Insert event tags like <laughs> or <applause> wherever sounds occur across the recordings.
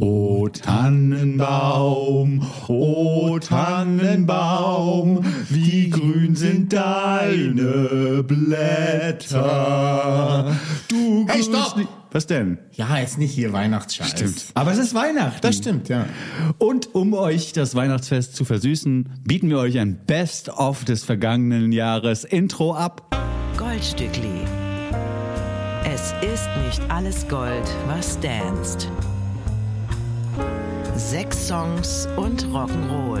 O Tannenbaum, o Tannenbaum, wie grün sind deine Blätter. Du Hey, grünst stopp! nicht- Was denn? Ja, jetzt nicht hier Weihnachtsscheiß. Stimmt. Aber es ist Weihnachten. Das stimmt, ja. Und um euch das Weihnachtsfest zu versüßen, bieten wir euch ein Best-of des vergangenen Jahres Intro ab. Goldstückli. Es ist nicht alles Gold, was danst. Sechs Songs und Rock'n'Roll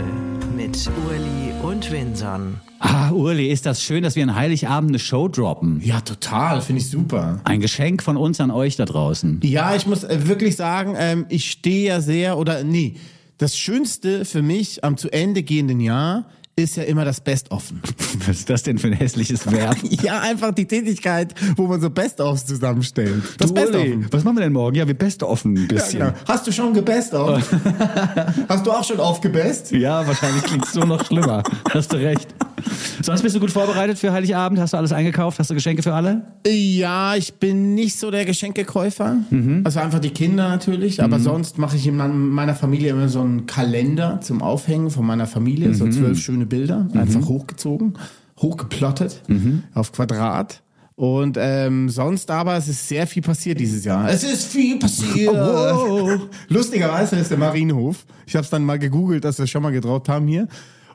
mit Urli und Winson. Ah, Urli, ist das schön, dass wir an Heiligabend eine Show droppen. Ja, total, finde ich super. Ein Geschenk von uns an euch da draußen. Ja, ich muss äh, wirklich sagen, ähm, ich stehe ja sehr oder nee, das Schönste für mich am zu Ende gehenden Jahr ist ja immer das Best-Offen. Was ist das denn für ein hässliches Verb? ja, einfach die Tätigkeit, wo man so Best-Offs zusammenstellt. Das Du, Best-Offen. Uli, Was machen wir denn morgen? Ja, wir best-offen ein bisschen. Ja, genau. Hast du schon gebest <laughs> auf? Hast du auch schon aufgebest? Ja, wahrscheinlich klingt es so noch schlimmer. Hast du recht. Sonst bist du gut vorbereitet für Heiligabend? Hast du alles eingekauft? Hast du Geschenke für alle? Ja, ich bin nicht so der Geschenkekäufer. Also einfach die Kinder natürlich. Aber sonst mache ich in mein- meiner Familie immer so einen Kalender zum Aufhängen von meiner Familie. So zwölf schöne Bilder, einfach hochgezogen, hochgeplottet auf Quadrat. Und ähm, sonst aber, es ist sehr viel passiert dieses Jahr. Es ist viel passiert. <laughs> Lustigerweise ist der Marienhof. Ich habe es dann mal gegoogelt, dass wir es schon mal getraut haben hier.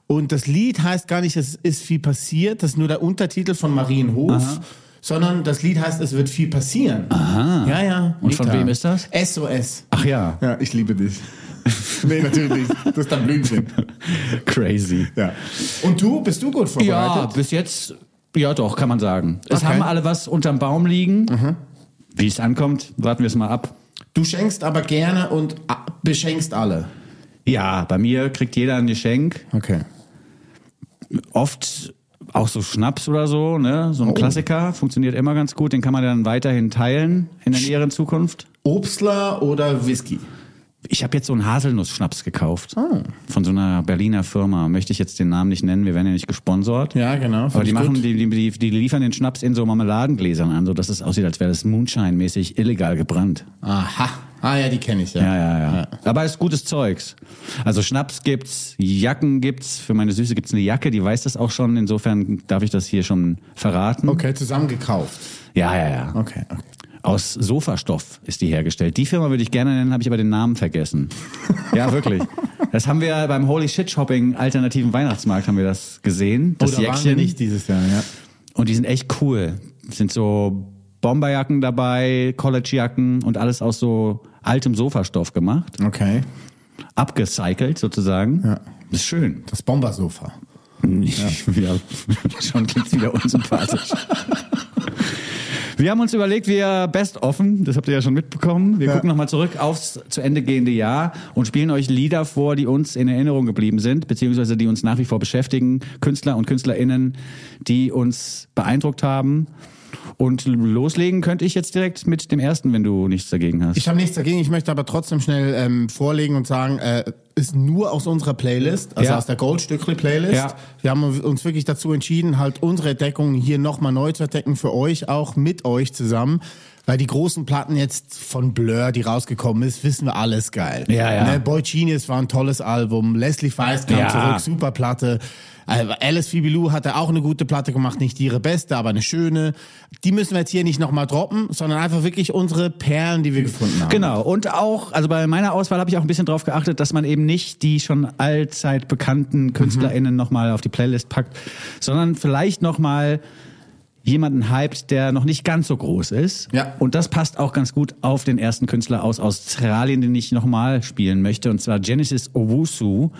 Und das Lied heißt gar nicht, es ist viel passiert. Das ist nur der Untertitel von Marienhof. Sondern das Lied heißt, es wird viel passieren. Aha. Ja, ja. Und von Mega. wem ist das? SOS. Ach ja, Ja, ich <laughs> liebe dich. nee, natürlich nicht. Das ist dann Blümchen. crazy. Ja. Und du, bist du gut Ja, vorbereitet? bis jetzt, ja doch, kann man sagen. Es Okay. haben alle was unterm Baum liegen. Wie es ankommt, warten wir es mal ab. Du schenkst aber gerne und a- beschenkst alle. Ja, bei mir kriegt jeder ein Geschenk. Okay. Oft auch so Schnaps oder so, ne? So ein Klassiker, funktioniert immer ganz gut. Den kann man dann weiterhin teilen in der näheren Zukunft. Obstler oder Whisky? Ich habe jetzt so einen Haselnuss-Schnaps gekauft. Oh. Von so einer Berliner Firma. Möchte ich jetzt den Namen nicht nennen, wir werden ja nicht gesponsort. Ja, genau. Aber die, machen, die die, die, die, die liefern den Schnaps in so Marmeladengläsern an, sodass es aussieht, als wäre das Moonshine-mäßig illegal gebrannt. Aha. Ah ja, die kenne ich, ja. Ja, ja, ja. Aber ist gutes Zeugs. Also Schnaps gibt's, Jacken gibt's. Für meine Süße gibt's eine Jacke, die weiß das auch schon. Insofern darf ich das hier schon verraten. Okay, zusammengekauft. Ja, ja, ja. Okay, okay. Aus Sofastoff ist die hergestellt. Die Firma würde ich gerne nennen, habe ich aber den Namen vergessen. ja, wirklich. Das haben wir beim Holy Shit Shopping alternativen Weihnachtsmarkt haben wir das gesehen. Das Oder Oh, waren wir Jäckchen. nicht dieses Jahr, ja. Und die sind echt cool. Sind so Bomberjacken dabei, Collegejacken und alles aus so altem Sofastoff gemacht. Okay. Abgecycelt sozusagen. Ja. Ist schön. Das Bombersofa. <laughs> Ja. Schon klingt's wieder unsympathisch. Wir haben uns überlegt, wir best offen, das habt ihr ja schon mitbekommen. Wir Ja. gucken nochmal zurück aufs zu Ende gehende Jahr und spielen euch Lieder vor, die uns in Erinnerung geblieben sind, beziehungsweise die uns nach wie vor beschäftigen. Künstler und KünstlerInnen, die uns beeindruckt haben. Und loslegen könnte ich jetzt direkt mit dem ersten, wenn du nichts dagegen hast. Ich habe nichts dagegen, ich möchte aber trotzdem schnell ähm, vorlegen und sagen, äh, ist nur aus unserer Playlist, also Ja. aus der Goldstückli-Playlist. Ja. Wir haben uns wirklich dazu entschieden, halt unsere Entdeckungen hier nochmal neu zu entdecken, für euch auch, mit euch zusammen. Weil die großen Platten jetzt von Blur, die rausgekommen ist, wissen wir alles geil. Ja, ja. Ne, Boy Genius war ein tolles Album, Leslie Feist kam Ja. zurück, super Platte. Äh, Alice Fibilou hatte auch eine gute Platte gemacht, nicht ihre beste, aber eine schöne. Die müssen wir jetzt hier nicht nochmal droppen, sondern einfach wirklich unsere Perlen, die wir gefunden haben. Genau, und auch, also bei meiner Auswahl habe ich auch ein bisschen drauf geachtet, dass man eben nicht die schon allzeit bekannten KünstlerInnen nochmal auf die Playlist packt, sondern vielleicht nochmal jemanden hypt, der noch nicht ganz so groß ist. Ja. Und das passt auch ganz gut auf den ersten Künstler aus Australien, den ich nochmal spielen möchte, und zwar Genesis Owusu,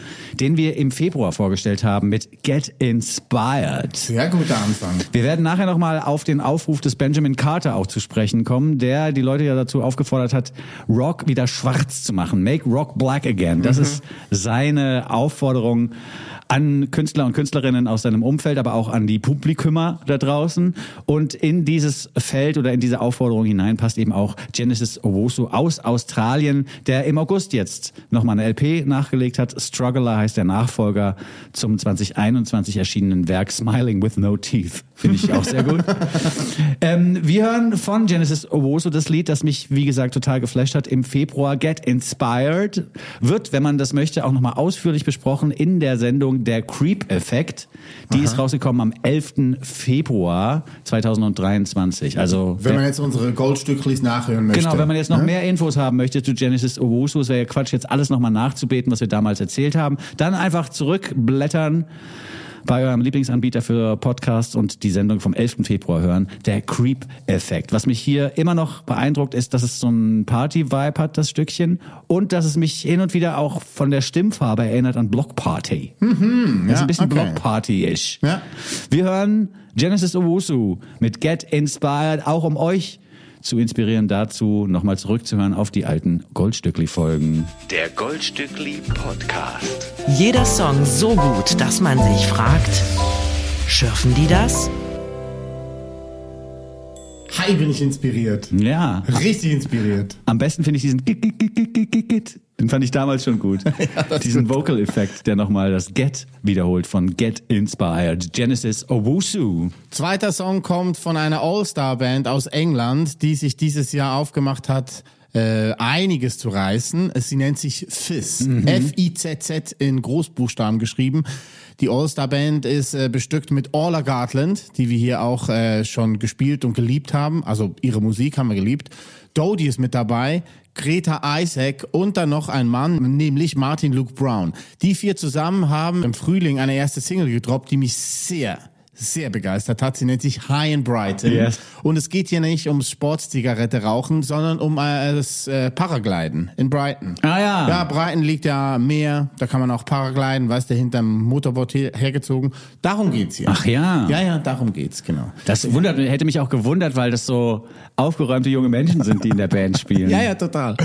den wir im Februar vorgestellt haben mit Get Inspired. Sehr guter Anfang. Wir werden nachher nochmal auf den Aufruf des Benjamin Carter auch zu sprechen kommen, der die Leute ja dazu aufgefordert hat, Rock wieder schwarz zu machen. Make Rock Black Again. Das ist seine Aufforderung an Künstler und Künstlerinnen aus seinem Umfeld, aber auch an die Publikumer da draußen. Alben. Und in dieses Feld oder in diese Aufforderung hinein passt eben auch Genesis Owosu aus Australien, der im August jetzt nochmal eine LP nachgelegt hat. Struggler heißt der Nachfolger zum 2021 erschienenen Werk Smiling with No Teeth. Finde ich auch sehr gut. ähm, wir hören von Genesis Owoso das Lied, das mich, wie gesagt, total geflasht hat im Februar. Get Inspired wird, wenn man das möchte, auch nochmal ausführlich besprochen in der Sendung Der Creep-Effekt. Die ist rausgekommen am 11. Februar 2023. Also, Wenn wer- man jetzt unsere Goldstücklis nachhören möchte. Genau, wenn man jetzt noch ne? mehr Infos haben möchte zu Genesis Owusu, es wäre ja Quatsch, jetzt alles nochmal nachzubeten, was wir damals erzählt haben. Dann einfach zurückblättern bei eurem Lieblingsanbieter für Podcasts und die Sendung vom 11. Februar hören, der Creep-Effekt. Was mich hier immer noch beeindruckt, ist, dass es so einen Party-Vibe hat, das Stückchen, und dass es mich hin und wieder auch von der Stimmfarbe erinnert an Block Party. Mhm, das ist ja, ein bisschen okay. Block Party-ish. Ja. Wir hören Genesis Owusu mit Get Inspired, auch um euch zu inspirieren dazu, nochmal zurückzuhören auf die alten Goldstückli-Folgen. Der Goldstückli Podcast. Jeder Song so gut, dass man sich fragt, schürfen die das? Hi, bin ich inspiriert. Ja, Richtig inspiriert. am besten finde ich diesen Git, Git, Git, Git, Git, Git, Git. Den fand ich damals schon <laughs> gut. diesen Vocal-Effekt, der nochmal das Get wiederholt von Get Inspired. Genesis Owusu. Zweiter Song kommt von einer All-Star-Band aus England, die sich dieses Jahr aufgemacht hat, äh, einiges zu reißen. Sie nennt sich Fizz. F-I-Z-Z in Großbuchstaben geschrieben. Die All-Star-Band ist äh, bestückt mit Orla Gartland, die wir hier auch äh, schon gespielt und geliebt haben. Also ihre Musik haben wir geliebt. Dodie ist mit dabei. Greta Isaac und dann noch ein Mann, nämlich Martin Luke Brown. Die vier zusammen haben im Frühling eine erste Single gedroppt, die mich sehr, sehr begeistert hat. Sie nennt sich High and Bright. Yes. Und es geht hier nicht ums Sportszigarette rauchen, sondern um äh, das äh, Paragliden in Brighton. Ah ja. Ja, Brighton liegt ja am Meer, da kann man auch Paragliden, weißt du, hinterm Motorboot her hergezogen. Darum geht's hier. Ach ja. Ja, ja, darum geht's, genau. Das wundert, mich- hätte mich auch gewundert, weil das so aufgeräumte junge Menschen sind, die in der Band spielen. <laughs> Ja, ja, total.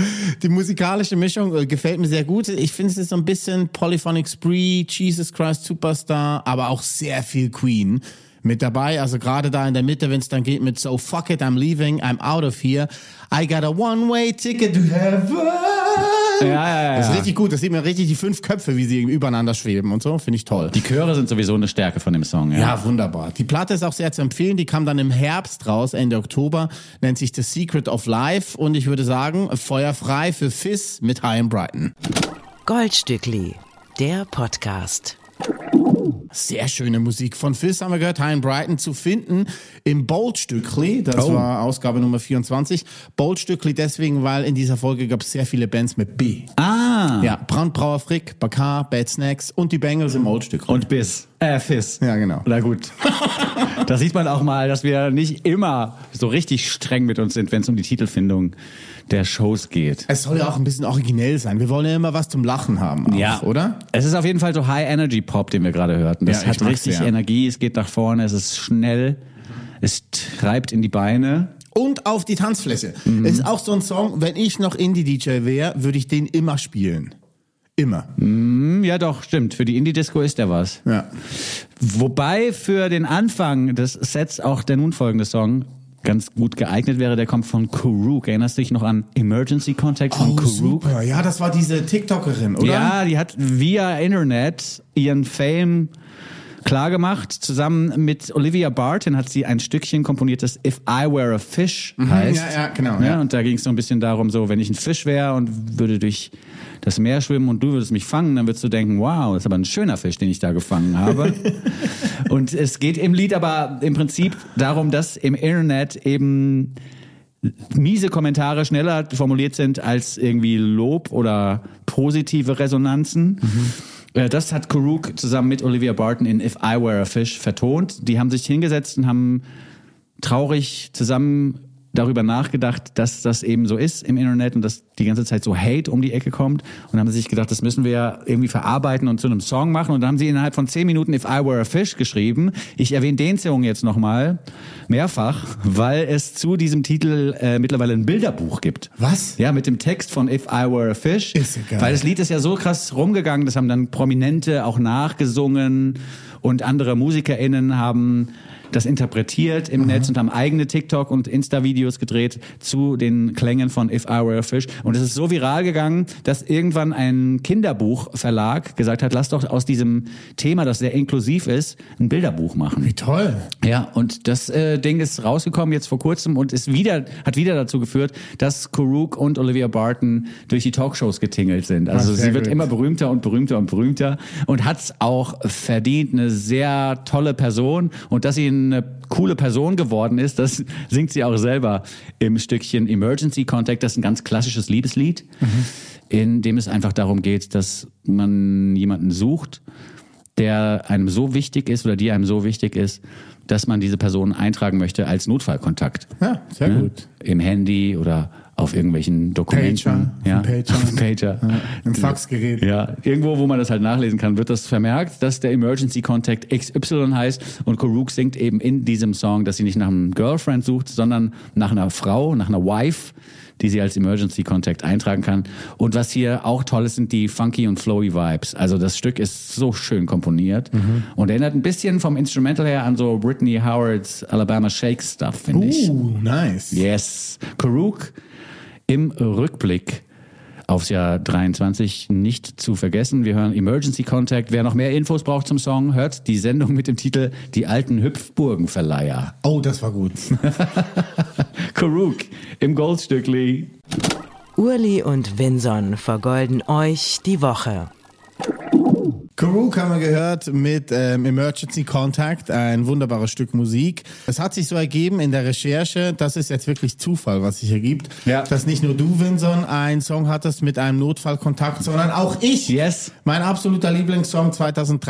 Die musikalische Mischung äh, gefällt mir sehr gut. Ich finde, es ist so ein bisschen Polyphonic Spree, Jesus Christ Superstar, aber auch sehr viel Queen mit dabei. Also gerade da in der Mitte, wenn es dann geht mit So fuck it, I'm leaving, I'm out of here. I got a one-way ticket to heaven. Ja, ja, ja. Das ist richtig gut. Das sieht man richtig die fünf Köpfe, wie sie übereinander schweben und so. Finde ich toll. Die Chöre sind sowieso eine Stärke von dem Song. Ja. Ja, wunderbar. Die Platte ist auch sehr zu empfehlen. Die kam dann im Herbst raus, Ende Oktober. Nennt sich The Secret of Life. Und ich würde sagen, feuerfrei für Fizz mit High and Brighton. Goldstückli, der Podcast. Sehr schöne Musik von Fizz haben wir gehört. High and Brighton zu finden im Bold-Stückli. Das Oh. war Ausgabe Nummer 24. Bold-Stückli deswegen, weil in dieser Folge gab es sehr viele Bands mit B. Ah. Ja, Brandbrauer Frick, Bakar, Bad Snacks und die Bengals im Old-Stückli. Und Biss. Äh, Fiss. Ja, genau. Na <laughs> gut. da sieht man auch mal, dass wir nicht immer so richtig streng mit uns sind, wenn es um die Titelfindung der Shows geht. Es soll ja auch ein bisschen originell sein. Wir wollen ja immer was zum Lachen haben, auch, oder? Es ist auf jeden Fall so High-Energy-Pop, den wir gerade hörten. Das Ja, ich hat mag's richtig sehr. Energie, es geht nach vorne, es ist schnell, es treibt in die Beine. und auf die Tanzfläche. Mhm. Es ist auch so ein Song, wenn ich noch Indie-DJ wäre, würde ich den immer spielen. Immer. Hm, ja, doch, stimmt. Für die Indie-Disco ist er was. Ja. Wobei für den Anfang des Sets auch der nun folgende Song ganz gut geeignet wäre. Der kommt von Kuruk. Erinnerst du dich noch an Emergency Contact von Kuruk? Oh, Ja, das war diese TikTokerin, oder? Ja, die hat via Internet ihren Fame klargemacht. Zusammen mit Olivia Barton hat sie ein Stückchen komponiert, das If I Were a Fish heißt. ja, ja, genau, Ne? ja. Und da ging es so ein bisschen darum, so, wenn ich ein Fisch wäre und würde durch das Meer schwimmen und du würdest mich fangen, dann würdest du denken, wow, das ist aber ein schöner Fisch, den ich da gefangen <laughs> habe. und es geht im Lied aber im Prinzip darum, dass im Internet eben miese Kommentare schneller formuliert sind als irgendwie Lob oder positive Resonanzen. Mhm. Äh, Das hat Kuruk zusammen mit Olivia Barton in If I Were a Fish vertont. Die haben sich hingesetzt und haben traurig zusammen darüber nachgedacht, dass das eben so ist im Internet und dass die ganze Zeit so Hate um die Ecke kommt und haben sich gedacht, das müssen wir ja irgendwie verarbeiten und zu einem Song machen und dann haben sie innerhalb von zehn Minuten If I Were a Fish geschrieben. Ich erwähne den Song jetzt nochmal mehrfach, weil es zu diesem Titel äh, mittlerweile ein Bilderbuch gibt. Was? Ja, mit dem Text von If I Were a Fish. Ist ja geil. Weil das Lied ist ja so krass rumgegangen, das haben dann Prominente auch nachgesungen und andere MusikerInnen haben das interpretiert im Netz und haben eigene TikTok- und Insta-Videos gedreht zu den Klängen von If I Were a Fish. Und es ist so viral gegangen, dass irgendwann ein Kinderbuchverlag gesagt hat, lass doch aus diesem Thema, das sehr inklusiv ist, ein Bilderbuch machen. Wie toll. Ja, und das äh, Ding ist rausgekommen jetzt vor kurzem und ist wieder, hat wieder dazu geführt, dass Kuruk und Olivia Barton durch die Talkshows getingelt sind. Also Ah, sehr sie wird gut. immer berühmter und berühmter und berühmter und hat's auch verdient, eine sehr tolle Person. Und dass sie eine coole Person geworden ist, das <laughs> singt sie auch selber im Stückchen Emergency Contact. Das ist ein ganz klassisches Liebeslied, Mhm. in dem es einfach darum geht, dass man jemanden sucht der einem so wichtig ist oder die einem so wichtig ist, dass man diese Person eintragen möchte als Notfallkontakt. Ja, sehr Ne? gut. Im Handy oder auf irgendwelchen Dokumenten. Pager, auf dem Pager. auf dem Pager. Im Faxgerät. Ja, irgendwo, wo man das halt nachlesen kann, wird das vermerkt, dass der Emergency Contact XY heißt und Kuruk singt eben in diesem Song, dass sie nicht nach einem Girlfriend sucht, sondern nach einer Frau, nach einer Wife, die sie als Emergency Contact eintragen kann. Und was hier auch toll ist, sind die funky und flowy Vibes. Also das Stück ist so schön komponiert und erinnert ein bisschen vom Instrumental her an so Britney Howards Alabama Shake Stuff, finde ich. Uh, nice. Yes. Karuk im Rückblick aufs Jahr 23 nicht zu vergessen. Wir hören Emergency Contact. Wer noch mehr Infos braucht zum Song, hört die Sendung mit dem Titel Die alten Hüpfburgenverleiher. Oh, das war gut. Karuk im Goldstückli. Urli und Vinson vergolden euch die Woche. Karuk haben wir gehört mit ähm, Emergency Contact, ein wunderbares Stück Musik. Es hat sich so ergeben in der Recherche, das ist jetzt wirklich Zufall, was sich ergibt, Ja. dass nicht nur du, Vinson, einen Song hattest mit einem Notfallkontakt, sondern auch ich. Yes. Mein absoluter Lieblingssong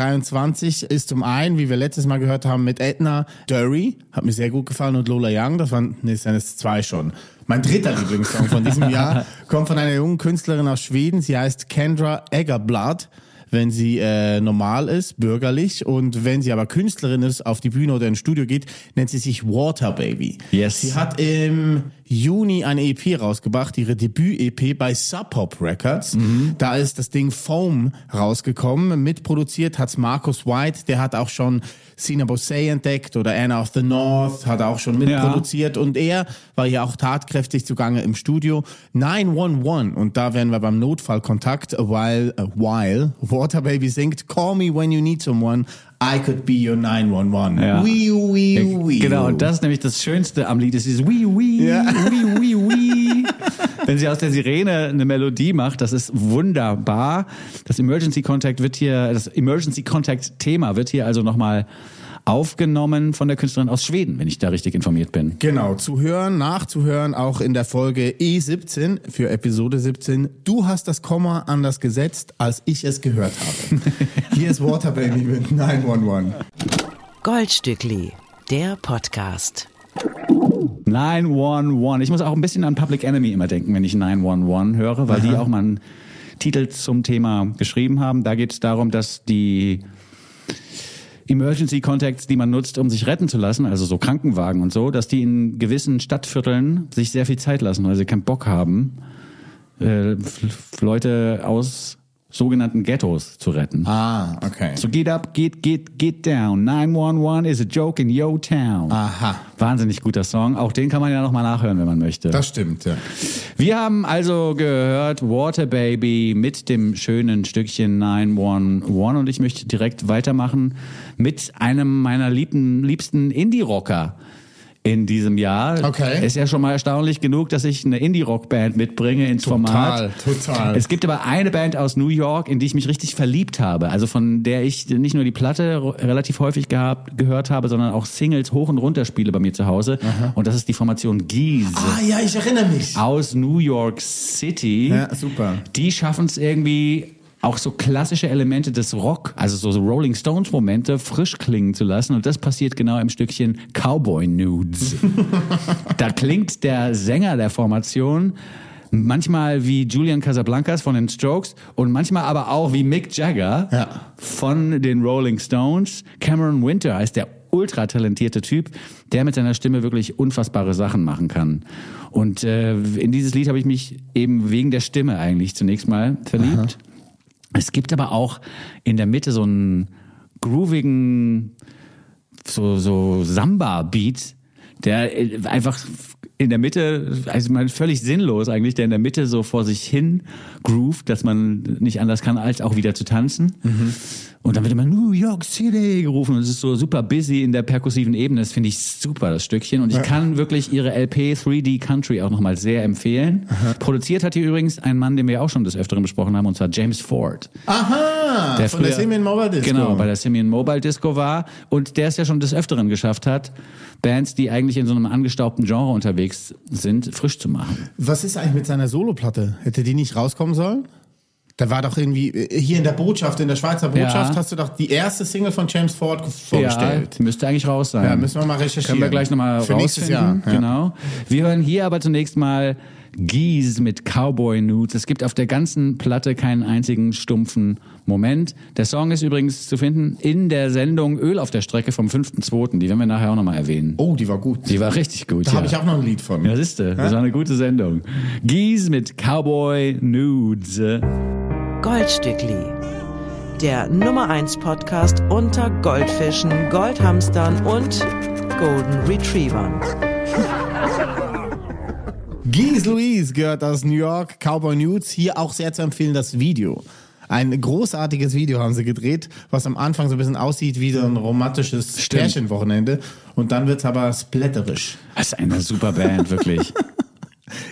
2023 ist zum einen, wie wir letztes Mal gehört haben, mit Edna Dury, hat mir sehr gut gefallen, und Lola Young, das waren, nee, das sind jetzt zwei schon. Mein dritter Lieblingssong <laughs> von diesem Jahr kommt von einer jungen Künstlerin aus Schweden, sie heißt Kendra Eggerblatt. Wenn sie äh, normal ist, bürgerlich, und wenn sie aber Künstlerin ist, auf die Bühne oder ins Studio geht, nennt sie sich Water Baby. Yes. Sie hat im Juni eine EP rausgebracht, ihre Debüt-EP bei Sub Pop Records. Mhm. Da ist das Ding Foam rausgekommen. Mitproduziert hat's Markus White, der hat auch schon Sina Bosey entdeckt oder Anna of the North, hat auch schon mitproduziert. Und er war ja auch tatkräftig zugange im Studio. 911, und da wären wir beim Notfallkontakt, while, äh, while Waterbaby singt Call me when you need someone. I could be your 911. Ja. Wee, wee, wee. Genau, und das ist nämlich das Schönste am Lied, ist dieses Wii Wii, Ja. Wii Wii Wii. Wenn sie aus der Sirene eine Melodie macht, das ist wunderbar. Das Emergency Contact wird hier, das Emergency Contact Thema wird hier also nochmal aufgenommen von der Künstlerin aus Schweden, wenn ich da richtig informiert bin. Genau, zu hören, nachzuhören, auch in der Folge E17 für Episode 17. Du hast das Komma anders gesetzt, als ich es gehört <laughs> habe. Hier ist Waterbaby mit 911. Goldstückli, der Podcast. 911. Ich muss auch ein bisschen an Public Enemy immer denken, wenn ich 911 höre, weil die auch mal einen Titel zum Thema geschrieben haben. Da geht es darum, dass die Emergency Contacts, die man nutzt, um sich retten zu lassen, also so Krankenwagen und so, dass die in gewissen Stadtvierteln sich sehr viel Zeit lassen, weil sie keinen Bock haben, äh, f- f- Leute aus sogenannten Ghettos zu retten. Also Ah, okay. So get up, get, get, get down. 911 is a joke in yo town. Aha. Wahnsinnig guter Song. Auch den kann man ja nochmal nachhören, wenn man möchte. Das stimmt, ja. Wir haben also gehört Water Baby mit dem schönen Stückchen 911 und ich möchte direkt weitermachen mit einem meiner liebten, liebsten Indie-Rocker in diesem Jahr. Okay. Ist ja schon mal erstaunlich genug, dass ich eine Indie-Rock-Band mitbringe ins Format. total. Es gibt aber eine Band aus New York, in die ich mich richtig verliebt habe. Also von der ich nicht nur die Platte ro- relativ häufig gehabt, gehört habe, sondern auch Singles hoch und runter spiele bei mir zu Hause. Und das ist die Formation Gies ah, ja, ich erinnere mich. aus New York City. Ja, super. Die schaffen es irgendwie auch so klassische Elemente des Rock, also so, so Rolling Stones Momente frisch klingen zu lassen und das passiert genau im Stückchen Cowboy Nudes. da klingt der Sänger der Formation Manchmal wie Julian Casablancas von den Strokes und manchmal aber auch wie Mick Jagger Ja. von den Rolling Stones. Cameron Winter heißt der ultra talentierte Typ, der mit seiner Stimme wirklich unfassbare Sachen machen kann. Und äh, in dieses Lied habe ich mich eben wegen der Stimme eigentlich zunächst mal verliebt. Es gibt aber auch in der Mitte so einen groovigen, so, so Samba-Beat, der äh, einfach in der Mitte, also man völlig sinnlos eigentlich, der in der Mitte so vor sich hin groovt, dass man nicht anders kann, als auch wieder zu tanzen. Und dann wird immer New York City gerufen und es ist so super busy in der perkussiven Ebene. Das finde ich super, das Stückchen. Und ich kann wirklich ihre LP 3D Country auch nochmal sehr empfehlen. Produziert hat hier übrigens ein Mann, den wir auch schon des Öfteren besprochen haben, und zwar James Ford. Aha, Der von der früher- Simeon Mobile Disco. Genau, bei der Simeon Mobile Disco war und der es ja schon des Öfteren geschafft hat, Bands, die eigentlich in so einem angestaubten Genre unterwegs sind, frisch zu machen. Was ist eigentlich mit seiner Soloplatte? Hätte die nicht rauskommen sollen? Da war doch irgendwie äh, hier in der Botschaft, in der Schweizer Botschaft, Ja. hast du doch die erste Single von James Ford vorgestellt. Ja, müsste eigentlich raus sein. Ja, müssen wir mal recherchieren. Ähm, Können wir gleich nochmal Für nächstes rausfinden. Jahr, ja. Genau. Wir hören hier aber zunächst mal Geese mit Cowboy Nudes. Es gibt auf der ganzen Platte keinen einzigen stumpfen Moment. Der Song ist übrigens zu finden in der Sendung Öl auf der Strecke vom 5.2. Die werden wir nachher auch nochmal erwähnen. Oh, die war gut. Die war richtig gut. da ja. habe ich auch noch ein Lied von. Ja, siehste, das war eine gute Sendung. Gies mit Cowboy Nudes. Goldstückli. Der Nummer 1 Podcast unter Goldfischen, Goldhamstern und Golden Retrievern. Geese Louise gehört aus New York, Cowboy Nudes. Hier auch sehr zu empfehlen das Video. Ein großartiges Video haben sie gedreht, was am Anfang so ein bisschen aussieht wie so ein romantisches Stimmt. Pärchenwochenende. Und dann wird's aber splatterisch. Das ist eine super Band, <laughs> wirklich.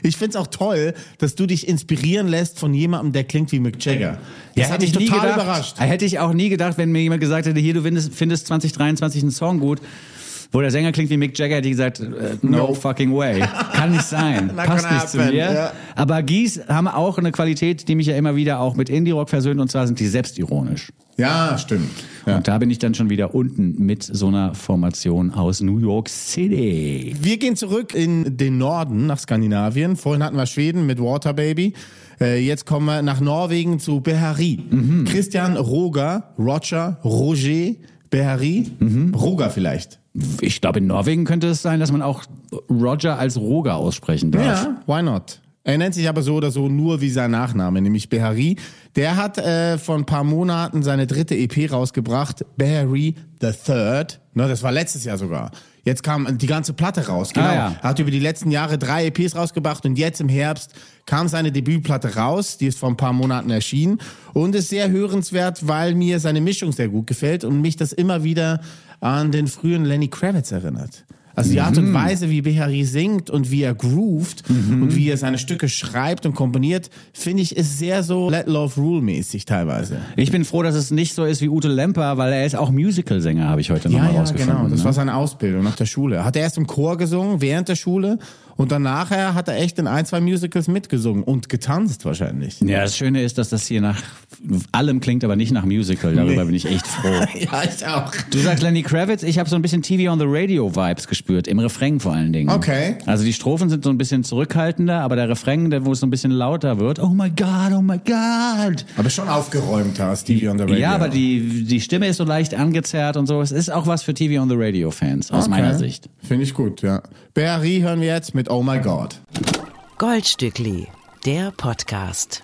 Ich find's auch toll, dass du dich inspirieren lässt von jemandem, der klingt wie Mick Jagger. Das Ja, hat mich nie total gedacht, überrascht. Hätte ich auch nie gedacht, wenn mir jemand gesagt hätte, hier, du findest, findest 2023 einen Song gut, wo der Sänger klingt wie Mick Jagger, hätte ich gesagt, äh, no, No. fucking way. Kann nicht sein. <laughs> Not Passt gonna nicht zu mir. happen, ja. Aber Gies haben auch eine Qualität, die mich ja immer wieder auch mit Indie-Rock versöhnt, und zwar sind die selbstironisch. Ja, stimmt. Ja. Und da bin ich dann schon wieder unten mit so einer Formation aus New York City. Wir gehen zurück in den Norden, nach Skandinavien. Vorhin hatten wir Schweden mit Water Baby. Äh, jetzt kommen wir nach Norwegen zu Behari. Christian Roger, Roger, Roger, Behari, Roger vielleicht. Ich glaube, in Norwegen könnte es sein, dass man auch Roger als Roger aussprechen darf. Ja, why not? Er nennt sich aber so oder so nur wie sein Nachname, nämlich Behari. Der hat äh, vor ein paar Monaten seine dritte EP rausgebracht, Behari the Third. Ne, das war letztes Jahr sogar. Jetzt kam die ganze Platte raus, genau. Ah, ja. Er hat über die letzten Jahre drei EPs rausgebracht und jetzt im Herbst kam seine Debütplatte raus, die ist vor ein paar Monaten erschienen und ist sehr hörenswert, weil mir seine Mischung sehr gut gefällt und mich das immer wieder an den frühen Lenny Kravitz erinnert. Also die Art Mhm. und Weise, wie Behari singt und wie er groovt und wie er seine Stücke schreibt und komponiert, finde ich, ist sehr so Let Love Rule mäßig teilweise. Ich bin froh, dass es nicht so ist wie Ute Lemper, weil er ist auch Musical-Sänger, habe ich heute nochmal rausgefunden. genau. Das ne? war seine Ausbildung nach der Schule. Hat er erst im Chor gesungen, während der Schule. Und dann nachher hat er echt in ein, zwei Musicals mitgesungen und getanzt wahrscheinlich. <laughs> ja, das Schöne ist, dass das hier nach allem klingt, aber nicht nach Musical. Darüber Nee. bin ich echt <laughs> froh. Ja, ich auch. Du sagst Lenny Kravitz, ich habe so ein bisschen TV on the Radio Vibes gespürt, im Refrain vor allen Dingen. Okay. Also die Strophen sind so ein bisschen zurückhaltender, aber der Refrain, der wo es so ein bisschen lauter wird, oh my god, oh my god. Aber schon aufgeräumter als Stevie on the Radio. Ja, aber die, die Stimme ist so leicht angezerrt und so. Es ist auch was für TV on the Radio Fans, aus Okay. meiner Sicht. <laughs> Finde ich gut, ja. Barry hören wir jetzt mit Oh My God. Goldstückli, der Podcast.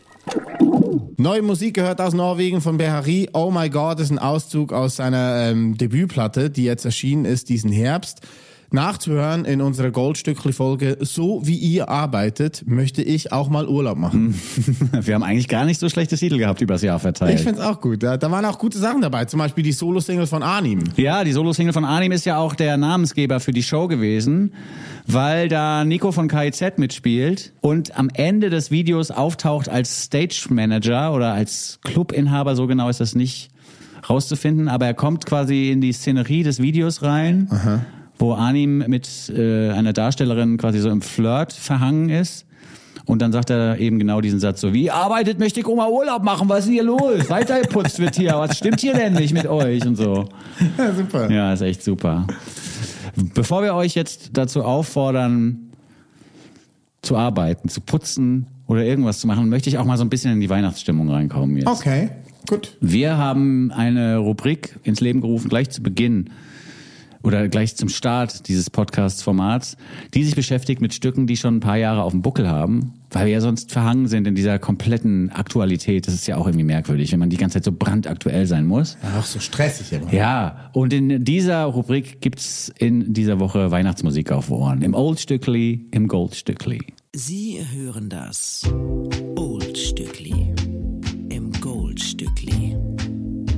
Neue Musik gehört aus Norwegen von Behari. Oh My God ist ein Auszug aus seiner ähm, Debütplatte, die jetzt erschienen ist diesen Herbst. Nachzuhören in unserer Goldstückli-Folge. So wie ihr arbeitet, möchte ich auch mal Urlaub machen. Wir haben eigentlich gar nicht so schlechtes Titel gehabt übers Jahr verteilt. Ich find's auch gut. Da, da waren auch gute Sachen dabei. Zum Beispiel die Solo-Single von Arnim. Ja, die Solo-Single von Arnim ist ja auch der Namensgeber für die Show gewesen, weil da Nico von KIZ mitspielt und am Ende des Videos auftaucht als Stage Manager oder als Clubinhaber, so genau ist das nicht rauszufinden, aber er kommt quasi in die Szenerie des Videos rein, wo Arnim mit äh, einer Darstellerin quasi so im Flirt verhangen ist. Und dann sagt er eben genau diesen Satz so, wie ihr arbeitet, möchte ich Oma Urlaub machen, was ist denn hier los? Weitergeputzt wird hier, was stimmt hier denn nicht mit euch und so. Ja, super. Ja, ist echt super. Bevor wir euch jetzt dazu auffordern, zu arbeiten, zu putzen, oder irgendwas zu machen, möchte ich auch mal so ein bisschen in die Weihnachtsstimmung reinkommen jetzt. Okay, gut. Wir haben eine Rubrik ins Leben gerufen, gleich zu Beginn oder gleich zum Start dieses Podcast-Formats, die sich beschäftigt mit Stücken, die schon ein paar Jahre auf dem Buckel haben, weil wir ja sonst verhangen sind in dieser kompletten Aktualität. Das ist ja auch irgendwie merkwürdig, wenn man die ganze Zeit so brandaktuell sein muss. Ach, so stressig immer. Ja, und in dieser Rubrik gibt's in dieser Woche Weihnachtsmusik auf Ohren. Im Old Stückli, im Gold Stückli. Sie hören das Oldstückli im Goldstückli.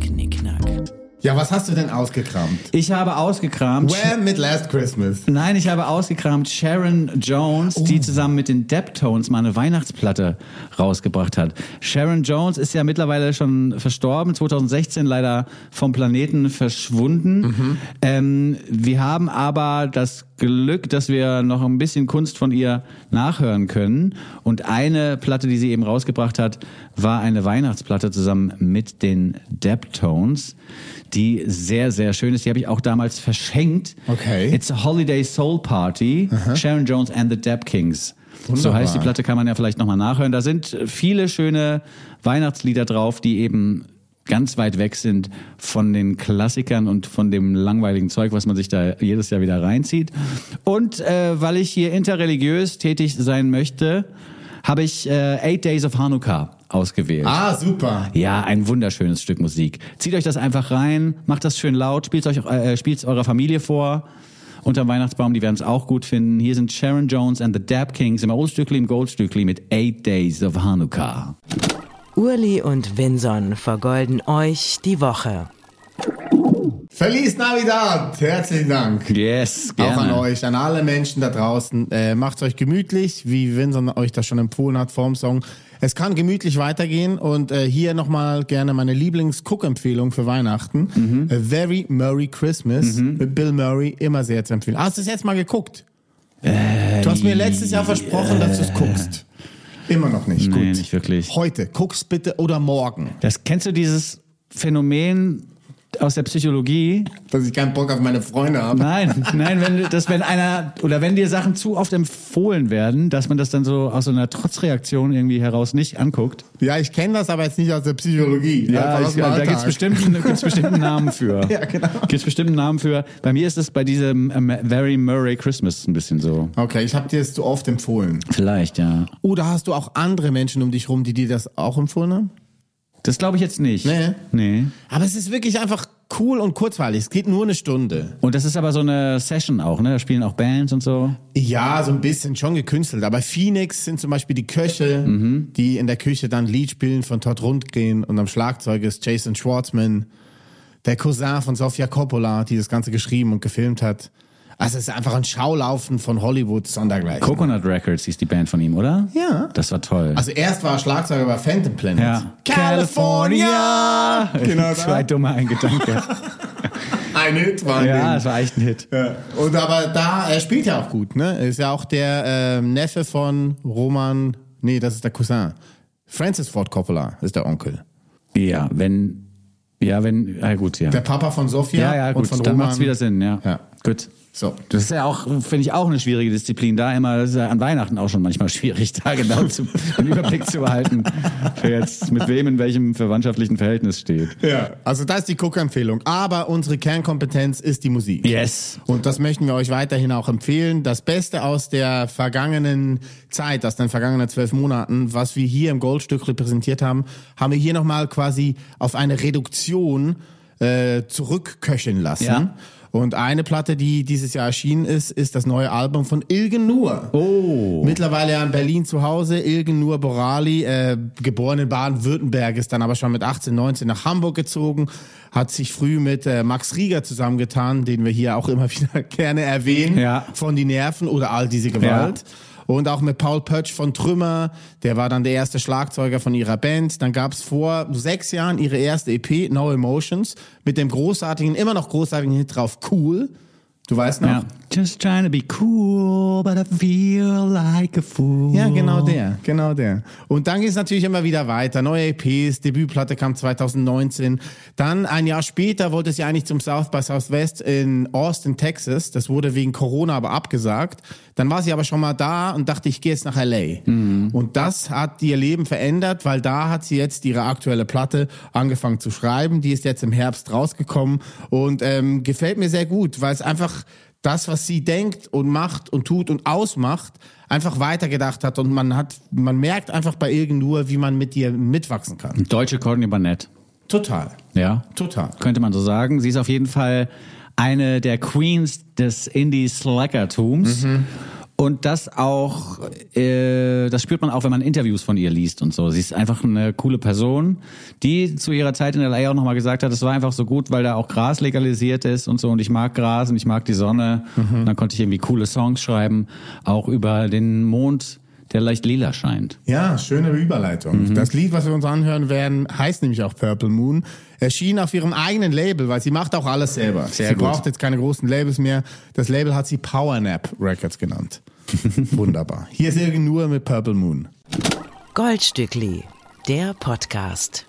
Knickknack. Ja, was hast du denn ausgekramt? Ich habe ausgekramt. Wham mit Last Christmas. Nein, ich habe ausgekramt Sharon Jones, die zusammen mit den Deptones mal eine Weihnachtsplatte rausgebracht hat. Sharon Jones ist ja mittlerweile schon verstorben, 2016 leider vom Planeten verschwunden. Ähm, wir haben aber das Glück, dass wir noch ein bisschen Kunst von ihr nachhören können. Und eine Platte, die sie eben rausgebracht hat, war eine Weihnachtsplatte zusammen mit den Deptones, die sehr, sehr schön ist. Die habe ich auch damals verschenkt. Okay. It's a Holiday Soul Party, Sharon Jones and the Dap Kings. So Wunderbar. heißt die Platte, kann man ja vielleicht nochmal nachhören. Da sind viele schöne Weihnachtslieder drauf, die eben ganz weit weg sind von den Klassikern und von dem langweiligen Zeug, was man sich da jedes Jahr wieder reinzieht. Und äh, weil ich hier interreligiös tätig sein möchte, habe ich äh, Eight Days of Hanukkah ausgewählt. Ah, super. Ja, ein wunderschönes Stück Musik. Zieht euch das einfach rein, macht das schön laut, spielt euch äh, spielt's eurer Familie vor. Unterm Weihnachtsbaum, die werden es auch gut finden. Hier sind Sharon Jones and the Dab Kings im Oldstückli, im Goldstückli mit Eight Days of Hanukkah. Urli und Vinson vergolden euch die Woche. Feliz Navidad. Herzlichen Dank. Yes, Auch an gerne. euch, an alle Menschen da draußen. Äh, macht's euch gemütlich, wie Vincent euch das schon empfohlen hat vorm Song. Es kann gemütlich weitergehen und äh, hier nochmal gerne meine Lieblings-Cook-Empfehlung für Weihnachten. Mhm. A Very Merry Christmas mit Bill Murray, immer sehr zu empfehlen. Hast du es jetzt mal geguckt? Äh, du hast mir letztes Jahr versprochen, dass du es guckst. Immer noch nicht. Nee, Gut. nicht wirklich. Heute, guck's bitte oder morgen. Das kennst du dieses Phänomen aus der Psychologie? Dass ich keinen Bock auf meine Freunde habe. Nein, <laughs> nein, wenn du- dass wenn einer oder wenn dir Sachen zu oft empfohlen werden, dass man das dann so aus so einer Trotzreaktion irgendwie heraus nicht anguckt. Ja, ich kenne das aber jetzt nicht aus der Psychologie. Ja, Einfach aus ich, dem da Alltag. gibt's bestimmt, einen- gibt's bestimmt einen Namen für. <laughs> Ja, genau. Gibt's bestimmt einen Namen für. Bei mir ist es bei diesem ähm, Very Murray Christmas ein bisschen so. Okay, ich habe dir es zu oft empfohlen. Vielleicht, ja. Oder hast du auch andere Menschen um dich rum, die dir das auch empfohlen haben? Das glaube ich jetzt nicht. Nee. Nee. Aber es ist wirklich einfach cool und kurzweilig. Es geht nur eine Stunde. Und das ist aber so eine Session auch, ne? Da spielen auch Bands und so. Ja, so ein bisschen schon gekünstelt. Aber Phoenix sind zum Beispiel die Köche, die in der Küche dann ein Lied spielen von Todd Rundgren und am Schlagzeug ist Jason Schwartzman, der Cousin von Sofia Coppola, die das Ganze geschrieben und gefilmt hat. Also es ist einfach ein Schaulaufen von Hollywood sondergleichen. Coconut Records hieß die Band von ihm, oder? Ja. Das war toll. Also erst war er Schlagzeuger bei Phantom Planet. ja. California! Genau <laughs> da. Zwei dumme ein <laughs> Gedanke. Ein Hit war ein ja, Ding. es war echt ein Hit. Ja. Und aber da, er spielt ja auch gut, ne? Ist ja auch der ähm, Neffe von Roman, nee, das ist der Cousin. Francis Ford Coppola ist der Onkel. Ja, wenn. Ja, wenn. Ah, gut, ja. Der Papa von Sofia Ja, ja, und gut. von Dann Roman. macht's wieder Sinn, ja. Ja. Gut. So. Das ist ja auch, finde ich, auch eine schwierige Disziplin. Da immer das ist ja an Weihnachten auch schon manchmal schwierig, da genau <laughs> zu, den Überblick zu behalten, wer jetzt mit wem in welchem verwandtschaftlichen Verhältnis steht. Ja. Also das ist die Cook-Empfehlung. Aber unsere Kernkompetenz ist die Musik. Yes. Und das möchten wir euch weiterhin auch empfehlen. Das Beste aus der vergangenen Zeit, aus den vergangenen zwölf Monaten, was wir hier im Goldstück repräsentiert haben, haben wir hier nochmal quasi auf eine Reduktion äh, zurückköcheln lassen. Ja. Und eine Platte, die dieses Jahr erschienen ist, ist das neue Album von Ilgen Nur. Oh. Mittlerweile ja in Berlin zu Hause. Ilgen Nur Borali, äh, geboren in Baden-Württemberg, ist dann aber schon mit 18, 19 nach Hamburg gezogen, hat sich früh mit äh, Max Rieger zusammengetan, den wir hier auch immer <laughs> wieder gerne erwähnen, Ja. von die Nerven oder all diese Gewalt. Und auch mit Paul Pötsch von Trümmer, der war dann der erste Schlagzeuger von ihrer Band. Dann gab's vor sechs Jahren ihre erste E EP, No Emotions, mit dem großartigen, immer noch großartigen Hit drauf, Cool. Du weißt noch? Ja. Just trying to be cool, but I feel like a fool. Ja, genau der, genau der. Und dann geht es natürlich immer wieder weiter. Neue EPs, Debütplatte kam 2019. Dann ein Jahr später wollte sie eigentlich zum South by Southwest in Austin, Texas. Das wurde wegen Corona aber abgesagt. Dann war sie aber schon mal da und dachte, ich gehe jetzt nach LA. Und das hat ihr Leben verändert, weil da hat sie jetzt ihre aktuelle Platte angefangen zu schreiben. Die ist jetzt im Herbst rausgekommen und ähm, gefällt mir sehr gut, weil es einfach das, was sie denkt und macht und tut und ausmacht, einfach weitergedacht hat und man hat, man merkt einfach bei Ilgen nur, wie man mit ihr mitwachsen kann. Deutsche Courtney Barnett. Total. Ja. Total. Könnte man so sagen. Sie ist auf jeden Fall eine der Queens des Indie-Slackertums. Und das auch, äh, das spürt man auch, wenn man Interviews von ihr liest und so. Sie ist einfach eine coole Person, die zu ihrer Zeit in LA auch nochmal gesagt hat, es war einfach so gut, weil da auch Gras legalisiert ist und so. Und ich mag Gras und ich mag die Sonne. Und dann konnte ich irgendwie coole Songs schreiben, auch über den Mond, der leicht lila scheint. Ja, schöne Überleitung. Das Lied, was wir uns anhören werden, heißt nämlich auch Purple Moon. Erschien auf ihrem eigenen Label, weil sie macht auch alles selber. sie gut. braucht jetzt keine großen Labels mehr. Das Label hat sie Powernap Records genannt. Wunderbar. Hier ist Ilgen nur mit Purple Moon. Goldstückli, der Podcast.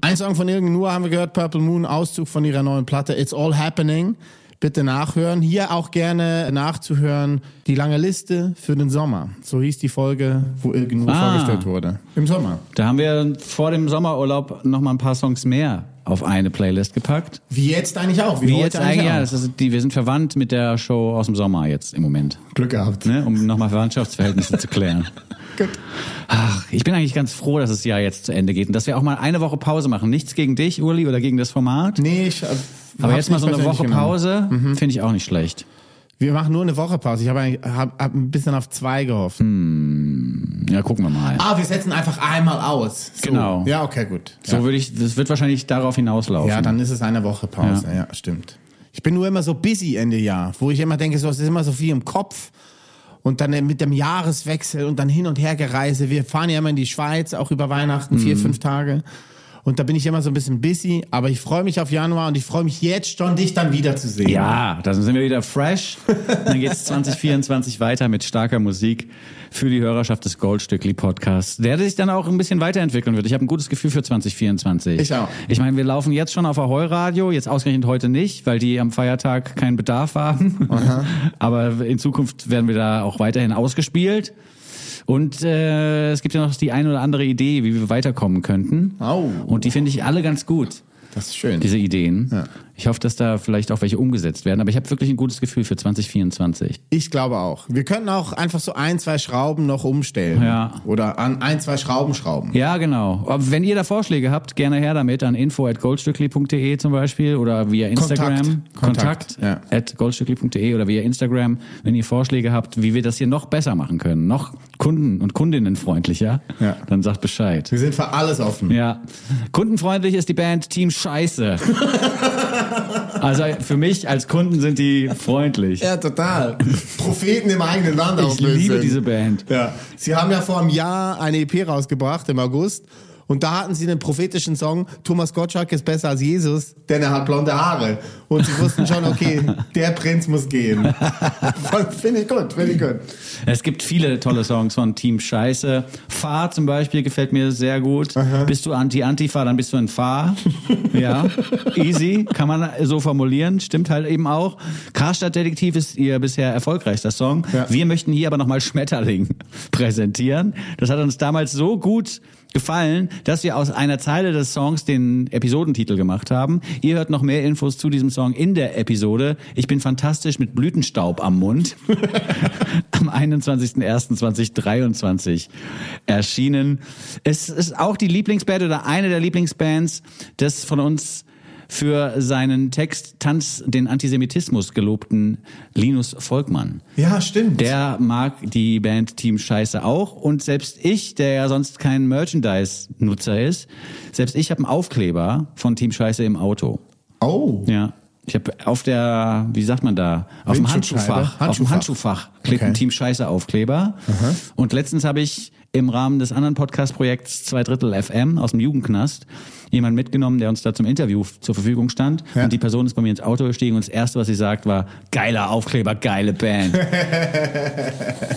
Ein Song von Irgen Nur haben wir gehört, Purple Moon, Auszug von ihrer neuen Platte It's All Happening. Bitte nachhören. Hier auch gerne nachzuhören die lange Liste für den Sommer. So hieß die Folge, wo Irgen Nur Ah. vorgestellt wurde. Im Sommer. Da haben wir vor dem Sommerurlaub nochmal ein paar Songs mehr auf eine Playlist gepackt. Wie jetzt eigentlich auch. Wie, Wie heute jetzt eigentlich, ja, das ist die, wir sind verwandt mit der Show aus dem Sommer jetzt im Moment. Glück gehabt. Ne? Um nochmal Verwandtschaftsverhältnisse zu klären. Ach, ich bin eigentlich ganz froh, dass das Jahr jetzt zu Ende geht und dass wir auch mal eine Woche Pause machen. Nichts gegen dich, Uli, oder gegen das Format. Nee, ich. äh, Aber hab's jetzt mal nicht so eine persönlich Woche genommen. Pause Mhm. finde ich auch nicht schlecht. Wir machen nur eine Woche Pause. Ich habe eigentlich- hab, hab ein bisschen auf zwei gehofft. Hm. Ja, gucken wir mal. Ah, wir setzen einfach einmal aus. So. Genau. Ja, okay, gut. So ja. würde ich, das wird wahrscheinlich darauf hinauslaufen. Ja, dann ist es eine Woche Pause. Ja. stimmt. Ich bin nur immer so busy Ende Jahr, wo ich immer denke, so, es ist immer so viel im Kopf. Und dann äh, mit dem Jahreswechsel und dann hin und her gereise. Wir fahren ja immer in die Schweiz, auch über Weihnachten, vier, Mhm. fünf Tage. Und da bin ich immer so ein bisschen busy, aber ich freue mich auf Januar und ich freue mich jetzt schon, dich dann wiederzusehen. Ja, dann sind wir wieder fresh. Und Dann geht's 2024 weiter mit starker Musik für die Hörerschaft des Goldstückli Podcasts, der sich dann auch ein bisschen weiterentwickeln wird. Ich habe ein gutes Gefühl für 2024. Ich auch. Ich meine, wir laufen jetzt schon auf Ahoi-Radio, jetzt ausgerechnet heute nicht, weil die am Feiertag keinen Bedarf haben. <laughs> Aber in Zukunft werden wir da auch weiterhin ausgespielt. Und äh, es gibt ja noch die ein oder andere Idee, wie wir weiterkommen könnten. Au. Und die finde ich alle ganz gut Das ist schön. diese Ideen. Ich hoffe, dass da vielleicht auch welche umgesetzt werden, aber ich habe wirklich ein gutes Gefühl für 2024. Ich glaube auch. Wir könnten auch einfach so ein, zwei Schrauben noch umstellen. Ja. Oder an ein, zwei Schrauben schrauben. Ja, genau. Aber wenn ihr da Vorschläge habt, gerne her damit an info@goldstückli.de zum Beispiel oder via Instagram Kontakt. Kontakt, ja. at goldstückli.de oder via Instagram, wenn ihr Vorschläge habt, wie wir das hier noch besser machen können, noch Kunden und Kundinnenfreundlicher, Ja. dann sagt Bescheid. Wir sind für alles offen. Ja, kundenfreundlich ist die Band Team <laughs> Scheiße. also für mich als Kunden sind die freundlich. Ja, total. <laughs> Propheten im eigenen Land Ich liebe diese Band. Ja. Sie haben ja vor einem Jahr eine EP rausgebracht im August. Und da hatten sie den prophetischen Song, Thomas Gottschalk ist besser als Jesus, denn er hat blonde Haare. Und sie wussten <laughs> schon, okay, der Prinz muss gehen. finde ich gut, finde ich gut. Es gibt viele tolle Songs von Team Scheiße. Fahr zum Beispiel gefällt mir sehr gut. Bist du Anti-Antifa, dann bist du ein Fahr. ja, easy, kann man so formulieren, stimmt halt eben auch. Karstadt-Detektiv ist ihr bisher erfolgreichster Song. Ja. Wir möchten hier aber nochmal Schmetterling <laughs> präsentieren. Das hat uns damals so gut gefallen, dass wir aus einer Zeile des Songs den Episodentitel gemacht haben. Ihr hört noch mehr Infos zu diesem Song in der Episode. Ich bin fantastisch mit Blütenstaub am Mund. am 21.01.2023 erschienen. Es ist auch die Lieblingsband oder eine der Lieblingsbands des von uns für seinen Text Tanz den Antisemitismus gelobten Linus Volkmann. Ja, stimmt. Der mag die Band Team Scheiße auch und selbst ich, der ja sonst kein Merchandise-Nutzer ist, selbst ich habe einen Aufkleber von Team Scheiße im Auto. oh. Ja. Ich habe auf der, wie sagt man da, auf dem Windschutzscheibe? Handschuhfach, auf dem Handschuhfach. Handschuhfach klebt ein Okay. Team Scheiße Aufkleber. Und letztens habe ich im Rahmen des anderen Podcast-Projekts Zwei Drittel FM aus dem Jugendknast jemanden mitgenommen, der uns da zum Interview f- zur Verfügung stand. Ja. Und die Person ist bei mir ins Auto gestiegen und das Erste, was sie sagt, war, geiler Aufkleber, geile <laughs> Band. Team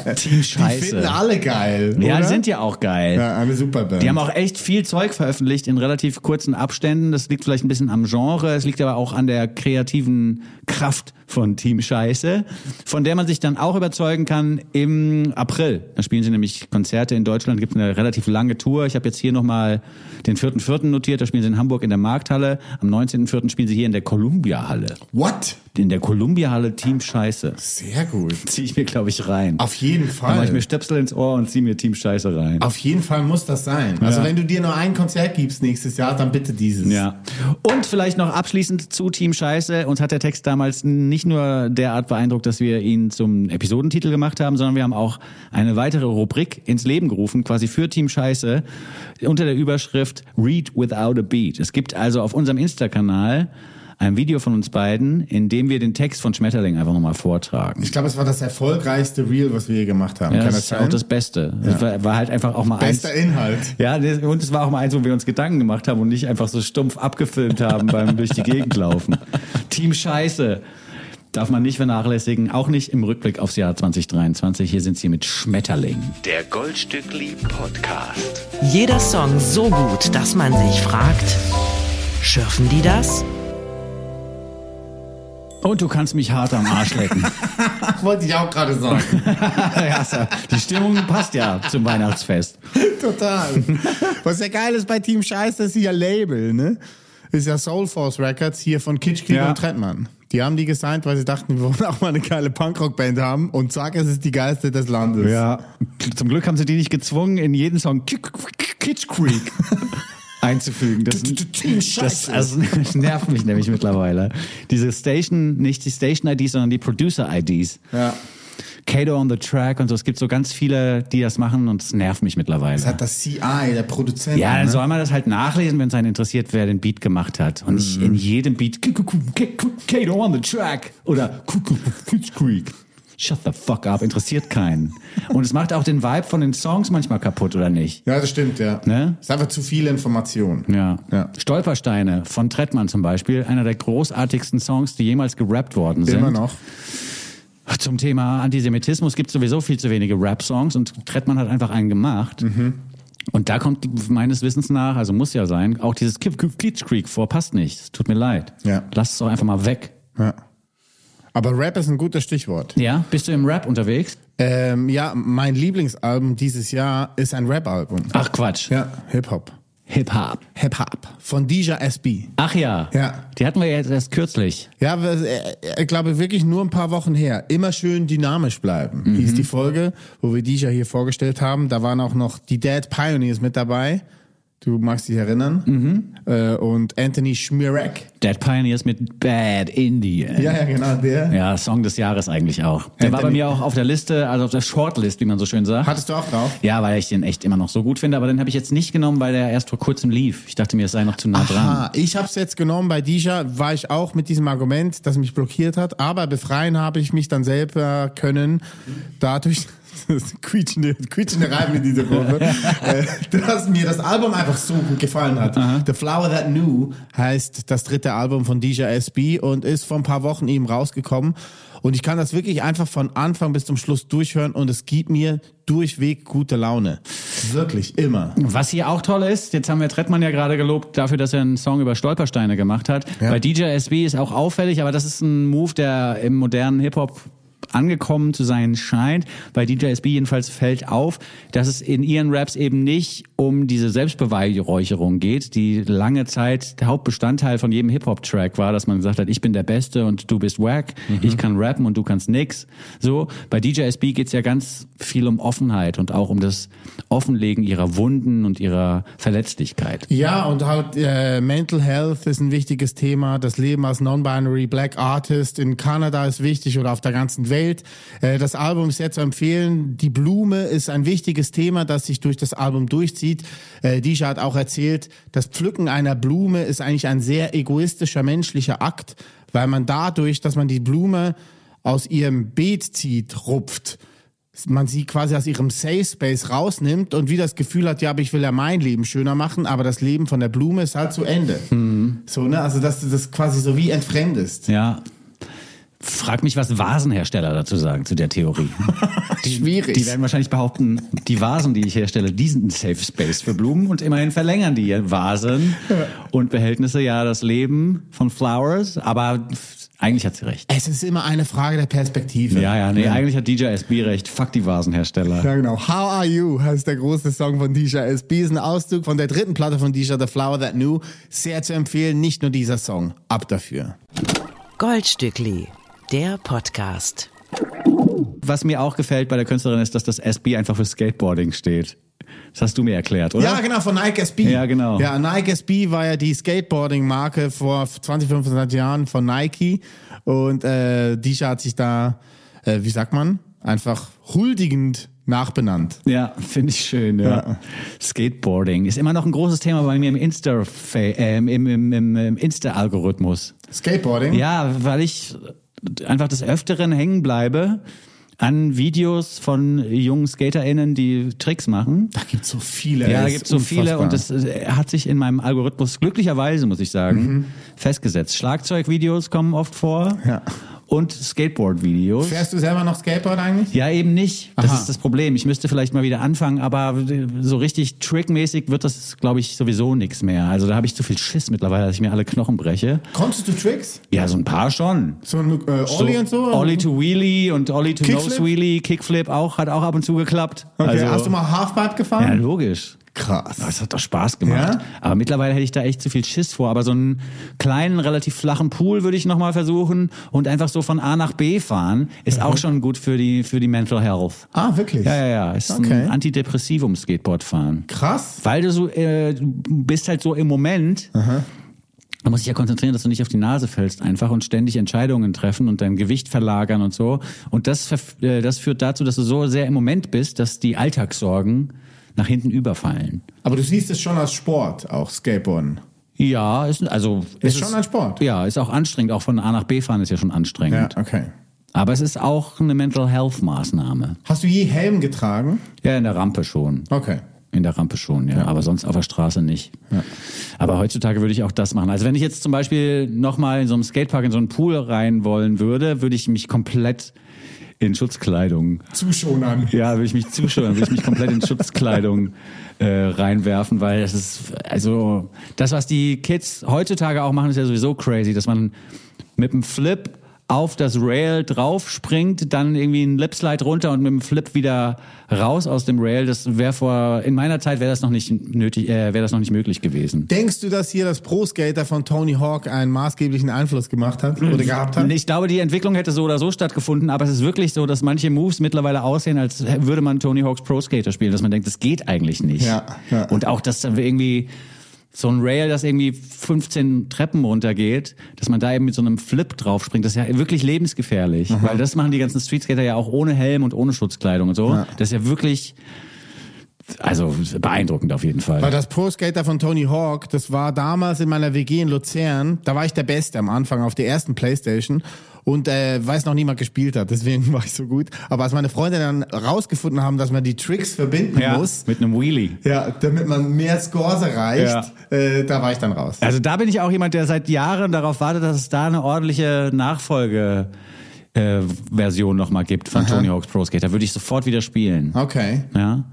Die finden Scheiße. alle geil. ja, oder? die sind ja auch geil. Ja, eine Superband. Die haben auch echt viel Zeug veröffentlicht in relativ kurzen Abständen. Das liegt vielleicht ein bisschen am Genre, es liegt aber auch an der kreativen Kraft von Team Scheiße, von der man sich dann auch überzeugen kann im April. Da spielen sie nämlich Konzerte in Deutschland, gibt eine relativ lange Tour. Ich habe jetzt hier nochmal den 4.4. notiert, da spielen sie in Hamburg in der Markthalle. Am 19.4. spielen sie hier in der Columbia-Halle. What? In der Columbia-Halle Team Scheiße. Sehr gut. Zieh ich mir, glaube ich, rein. Auf jeden Da mache ich Fall. mir Stöpsel ins Ohr und zieh mir Team Scheiße rein. Auf jeden Fall muss das sein. Also wenn du dir nur ein Konzert gibst nächstes Jahr, dann bitte dieses. Ja. Und vielleicht noch abschließend zu Team Scheiße. Uns hat der Text damals nicht nur derart beeindruckt, dass wir ihn zum Episodentitel gemacht haben, sondern wir haben auch eine weitere Rubrik ins Leben gerufen, quasi für Team Scheiße, unter der Überschrift Read Without a Beat. Es gibt also auf unserem Insta-Kanal ein Video von uns beiden, in dem wir den Text von Schmetterling einfach nochmal vortragen. Ich glaube, es war das erfolgreichste Reel, was wir je gemacht haben. Ja, Kann das das ist auch sein? das Beste. Das war, war halt einfach auch mal eins. Bester <laughs> Inhalt. Ja, das- und es war auch mal eins, wo wir uns Gedanken gemacht haben und nicht einfach so stumpf abgefilmt haben beim durch die Gegend laufen. Team Scheiße. Darf man nicht vernachlässigen, auch nicht im Rückblick aufs Jahr 2023. Hier sind sie mit Schmetterling. Der Goldstückli Podcast. Jeder Song so gut, dass man sich fragt, schürfen die das? Und du kannst mich hart am Arsch lecken. Wollte ich auch gerade sagen. ja, Sir, die Stimmung passt ja zum Weihnachtsfest. <laughs> Total. Was ja geil ist bei Team Scheiß, das ist ihr Label, ne? Ist ja Soul Force Records hier von Kitschkrieg Ja. und Trettmann. Die haben die gesigned, weil sie dachten, wir wollen auch mal eine geile Punkrock-Band haben und zack, es ist die geilste des Landes. Zum Glück haben sie die nicht gezwungen, in jeden Song Kick- Kitsch <laughs> Creek einzufügen. Das, Team Das, Scheiße. also, <laughs> das nervt mich nämlich mittlerweile. Diese Station, nicht die Station-IDs, sondern die Producer-IDs. ja. Kato on the Track und so. Es gibt so ganz viele, die das machen und es nervt mich Das mittlerweile. hat das CI, der Produzent. Ja, dann ne? soll man das halt nachlesen, wenn es einen interessiert, wer den Beat gemacht hat. Und Mhm. nicht in jedem Beat "K- k- k- k- Kato on the Track oder "K- k- k- Kitsch Creek. Shut the fuck up, interessiert keinen. Und es macht auch den Vibe von den Songs manchmal kaputt, oder nicht? ja, das stimmt, ja. Ne? Ist einfach zu viel Information. Ja. Ja. Stolpersteine von Trettmann zum Beispiel, einer der großartigsten Songs, die jemals gerappt worden sind. Immer noch. Zum Thema Antisemitismus gibt es sowieso viel zu wenige Rap-Songs und Trettmann hat einfach einen gemacht. Mhm. Und da kommt meines Wissens nach, also muss ja sein, auch dieses Kip- Kip- Kitsch Creek vor, passt nicht. Es tut mir leid. Ja. Lass es doch einfach mal weg. Ja. Aber Rap ist ein gutes Stichwort. Ja, bist du im Rap unterwegs? Ähm, ja, mein Lieblingsalbum dieses Jahr ist ein Rap-Album. Ach Quatsch. Ja, Hip-Hop. Hip-Hop. Hip-Hop. Von Deja SB. Ach ja. Ja. Die hatten wir ja jetzt erst kürzlich. Ja, wir- äh, ich glaube wirklich nur ein paar Wochen her. Immer schön dynamisch bleiben. Hieß die Folge, wo wir Deja hier vorgestellt haben. Da waren auch noch die Dead Pioneers mit dabei. Du magst dich erinnern. Äh, und Anthony Schmirek. Dead Pioneers mit Bad Indian. Ja, Äh, ja, genau, der. Ja, Song des Jahres eigentlich auch. Der war bei Anthony- mir auch auf der Liste, also auf der Shortlist, wie man so schön sagt. Hattest du auch drauf? Ja, weil ich den echt immer noch so gut finde, aber den habe ich jetzt nicht genommen, weil der erst vor kurzem lief. Ich dachte mir, es sei noch zu nah dran. Ah, ich habe es jetzt genommen bei Deja, war ich auch mit diesem Argument, das mich blockiert hat, aber befreien habe ich mich dann selber können, dadurch, <laughs> das ist quietschende, quietschende Reiben in <laughs> dieser Woche, äh, dass mir das Album einfach so gut gefallen hat. The Flower That Knew heißt das dritte Album von Deja SB und ist vor ein paar Wochen eben rausgekommen und ich kann das wirklich einfach von Anfang bis zum Schluss durchhören und es gibt mir durchweg gute Laune. Wirklich, immer. Was hier auch toll ist, jetzt haben wir Trettmann ja gerade gelobt dafür, dass er einen Song über Stolpersteine gemacht hat. Ja. Bei DJ SB ist auch auffällig, aber das ist ein Move, der im modernen Hip-Hop angekommen zu sein scheint. Bei DJ SB jedenfalls fällt auf, dass es in ihren Raps eben nicht um diese Selbstbeweihräucherung geht, die lange Zeit der Hauptbestandteil von jedem Hip-Hop-Track war, dass man gesagt hat, ich bin der Beste und du bist wack, ich kann rappen und du kannst nix. So, bei DJ SB geht's ja ganz viel um Offenheit und auch um das Offenlegen ihrer Wunden und ihrer Verletzlichkeit. Ja, und halt äh, Mental Health ist ein wichtiges Thema. Das Leben als Non-Binary Black Artist in Kanada ist wichtig oder auf der ganzen Welt. Äh, das Album ist sehr zu empfehlen. Die Blume ist ein wichtiges Thema, das sich durch das Album durchzieht. Äh, Disha hat auch erzählt, das Pflücken einer Blume ist eigentlich ein sehr egoistischer menschlicher Akt, weil man dadurch, dass man die Blume aus ihrem Beet zieht, rupft, man sie quasi aus ihrem Safe Space rausnimmt und wie das Gefühl hat, ja, aber ich will ja mein Leben schöner machen, aber das Leben von der Blume ist halt zu Ende. So, ne? Also, dass du das quasi so wie entfremdest. Ja. Frag mich, was Vasenhersteller dazu sagen zu der Theorie. Schwierig. Die werden wahrscheinlich behaupten, die Vasen, die ich herstelle, die sind ein Safe Space für Blumen und immerhin verlängern die Vasen und Behältnisse ja das Leben von Flowers, aber eigentlich hat sie recht. es ist immer eine Frage der Perspektive. Ja, ja, nee, eigentlich hat DJ SB recht. Fuck die Vasenhersteller. Ja, genau. How Are You heißt der große Song von Disha SB. Ist ein Auszug von der dritten Platte von Disha, The Flower That Knew. Sehr zu empfehlen, nicht nur dieser Song. Ab dafür. Goldstückli, der Podcast. Was mir auch gefällt bei der Künstlerin ist, dass das SB einfach für Skateboarding steht. Das hast du mir erklärt, oder? Ja, genau, von Nike SB. Ja, genau. Ja, Nike SB war ja die Skateboarding-Marke vor 20, 25 Jahren von Nike. Und äh, Disha hat sich da, äh, wie sagt man, einfach huldigend nachbenannt. Ja, finde ich schön. Ja. Skateboarding ist immer noch ein großes Thema bei mir im Insta äh, im, im, im, im Insta Algorithmus. <laughs> Skateboarding? Ja, weil ich einfach des öfteren hängen bleibe an Videos von jungen SkaterInnen, die Tricks machen. Da gibt's so viele. Ja, da Ist gibt's so viele unfassbar. und das äh, hat sich in meinem Algorithmus glücklicherweise, muss ich sagen, festgesetzt. Schlagzeugvideos kommen oft vor Mhm. Ja. und Skateboard-Videos. Fährst du selber noch Skateboard eigentlich? Ja, eben nicht. Das Aha. ist das Problem. Ich müsste vielleicht mal wieder anfangen, aber so richtig trickmäßig wird das, glaube ich, sowieso nichts mehr. Also da habe ich zu viel Schiss mittlerweile, dass ich mir alle Knochen breche. Konntest du Tricks? Ja, so ein paar schon. So ein äh, Ollie So, und so? Ollie to Wheelie und Ollie to Kickflip? Nose Wheelie, Kickflip auch, hat auch ab und zu geklappt. Okay, also, hast du mal Halfpipe gefahren? Ja, logisch. Krass. Das hat doch Spaß gemacht. Ja? Aber mittlerweile hätte ich da echt zu viel Schiss vor. Aber so einen kleinen, relativ flachen Pool würde ich nochmal versuchen und einfach so von A nach B fahren, Mhm. ist auch schon gut für die, für die Mental Health. Ah, wirklich? Ja, ja, ja. Ist Okay. ein Antidepressivum Skateboardfahren. Krass. Weil du so äh, du bist halt so im Moment. Du musst dich ja konzentrieren, dass du nicht auf die Nase fällst einfach und ständig Entscheidungen treffen und dein Gewicht verlagern und so. Und das, verf- äh, das führt dazu, dass du so sehr im Moment bist, dass die Alltagssorgen nach hinten überfallen. Aber du siehst es schon als Sport, auch Skateboarden. Ja, ist also Ist es schon ein Sport. Ja, ist auch anstrengend. Auch von A nach B fahren ist ja schon Ja, anstrengend. okay. Aber es ist auch eine Mental Health Maßnahme. Hast du je Helm getragen? Ja, in der Rampe schon. Okay. In der Rampe schon, ja. Aber sonst auf der Straße nicht. Aber heutzutage würde ich auch das machen. Also wenn ich jetzt zum Beispiel nochmal in so einem Skatepark in so einen Pool rein wollen würde, würde ich mich komplett in Schutzkleidung. Zuschonern. Ja, würde ich mich zuschauen, würde ich mich komplett in Schutzkleidung äh, reinwerfen, weil das ist, also das, was die Kids heutzutage auch machen, ist ja sowieso crazy, dass man mit dem Flip auf das Rail drauf springt, dann irgendwie ein Lipslide runter und mit dem Flip wieder raus aus dem Rail. Das wäre vor in meiner Zeit wäre das noch nicht nötig, äh, wäre das noch nicht möglich gewesen. Denkst du, dass hier das Pro-Skater von Tony Hawk einen maßgeblichen Einfluss gemacht hat oder gehabt hat? Ich glaube, die Entwicklung hätte so oder so stattgefunden, aber es ist wirklich so, dass manche Moves mittlerweile aussehen, als würde man Tony Hawks Pro Skater spielen, dass man denkt, das geht eigentlich nicht. Ja, ja. Und auch, dass dann irgendwie so ein Rail, das irgendwie 15 Treppen runtergeht, dass man da eben mit so einem Flip drauf springt, das ist ja wirklich lebensgefährlich, weil das machen die ganzen Streetskater ja auch ohne Helm und ohne Schutzkleidung und so. Das ist ja wirklich, also beeindruckend auf jeden Fall. Weil das Pro-Skater von Tony Hawk, das war damals in meiner WG in Luzern, da war ich der Beste am Anfang auf der ersten Playstation und äh, weiß noch niemand gespielt hat, deswegen <laughs> war ich so gut. Aber als meine Freunde dann rausgefunden haben, dass man die Tricks verbinden ja, muss, mit einem Wheelie. ja, damit man mehr Scores erreicht, Ja. äh, da war ich dann raus. Also da bin ich auch jemand, der seit Jahren darauf wartet, dass es da eine ordentliche Nachfolge äh, Version nochmal gibt von Tony Hawk's Pro Skater. Würde ich sofort wieder Ah. spielen. Okay. Ja.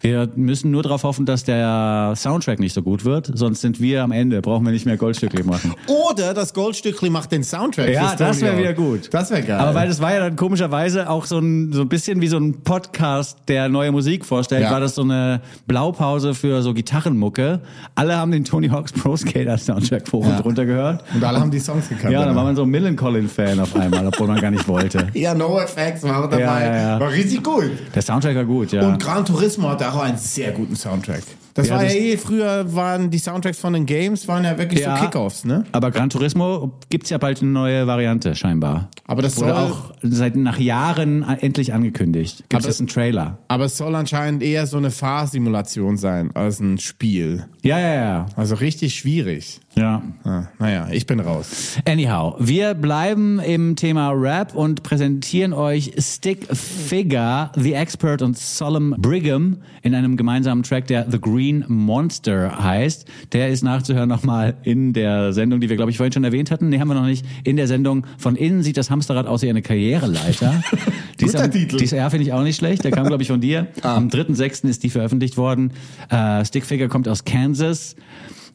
Wir müssen nur darauf hoffen, dass der Soundtrack nicht so gut wird, sonst sind wir am Ende, brauchen wir nicht mehr Goldstückli machen. Oder das Goldstückli macht den Soundtrack. Ja, für das Stone wäre wieder Yard. gut. Das wäre geil. Aber weil das war ja dann komischerweise auch so ein, so ein bisschen wie so ein Podcast, der neue Musik vorstellt, Ja. war das so eine Blaupause für so Gitarrenmucke. Alle haben den Tony Hawk's Pro Skater Soundtrack hoch Ja. und runter gehört. und alle haben die Songs gekannt. Ja, dann oder? war man so ein Millencolin-Fan auf einmal, obwohl man gar nicht <laughs> wollte. ja, No Effects war auch dabei. Ja, ja, ja. War richtig gut. Der Soundtrack war gut, ja. Und Gran Turismo hat auch einen sehr guten Soundtrack. Das Ja, war das- ja eh, früher waren die Soundtracks von den Games, waren ja wirklich Ja. so Kickoffs, ne? Aber Gran Turismo gibt's ja bald eine neue Variante, scheinbar. Aber das Wurde soll- auch seit nach Jahren endlich angekündigt. Gibt Aber- es einen Trailer? Aber es soll anscheinend eher so eine Fahrsimulation sein als ein Spiel. Ja, ja, ja. Also richtig schwierig. ja. Ah, naja, ich bin raus. Anyhow, wir bleiben im Thema Rap und präsentieren euch Stick Figure, The Expert und Solemn Brigham in einem gemeinsamen Track, der The Green Monster heißt. Der ist nachzuhören nochmal in der Sendung, die wir, glaube ich, vorhin schon erwähnt hatten. Nee, haben wir noch nicht. In der Sendung von innen sieht das Hamsterrad aus wie eine <laughs> Karriereleiter. die ist Guter am, Titel. Ah. Die ist ja, finde ich auch nicht schlecht. Der kam, glaube ich, von dir. Am 3.6. ist die veröffentlicht worden. Äh, Stick Figure kommt aus Kansas.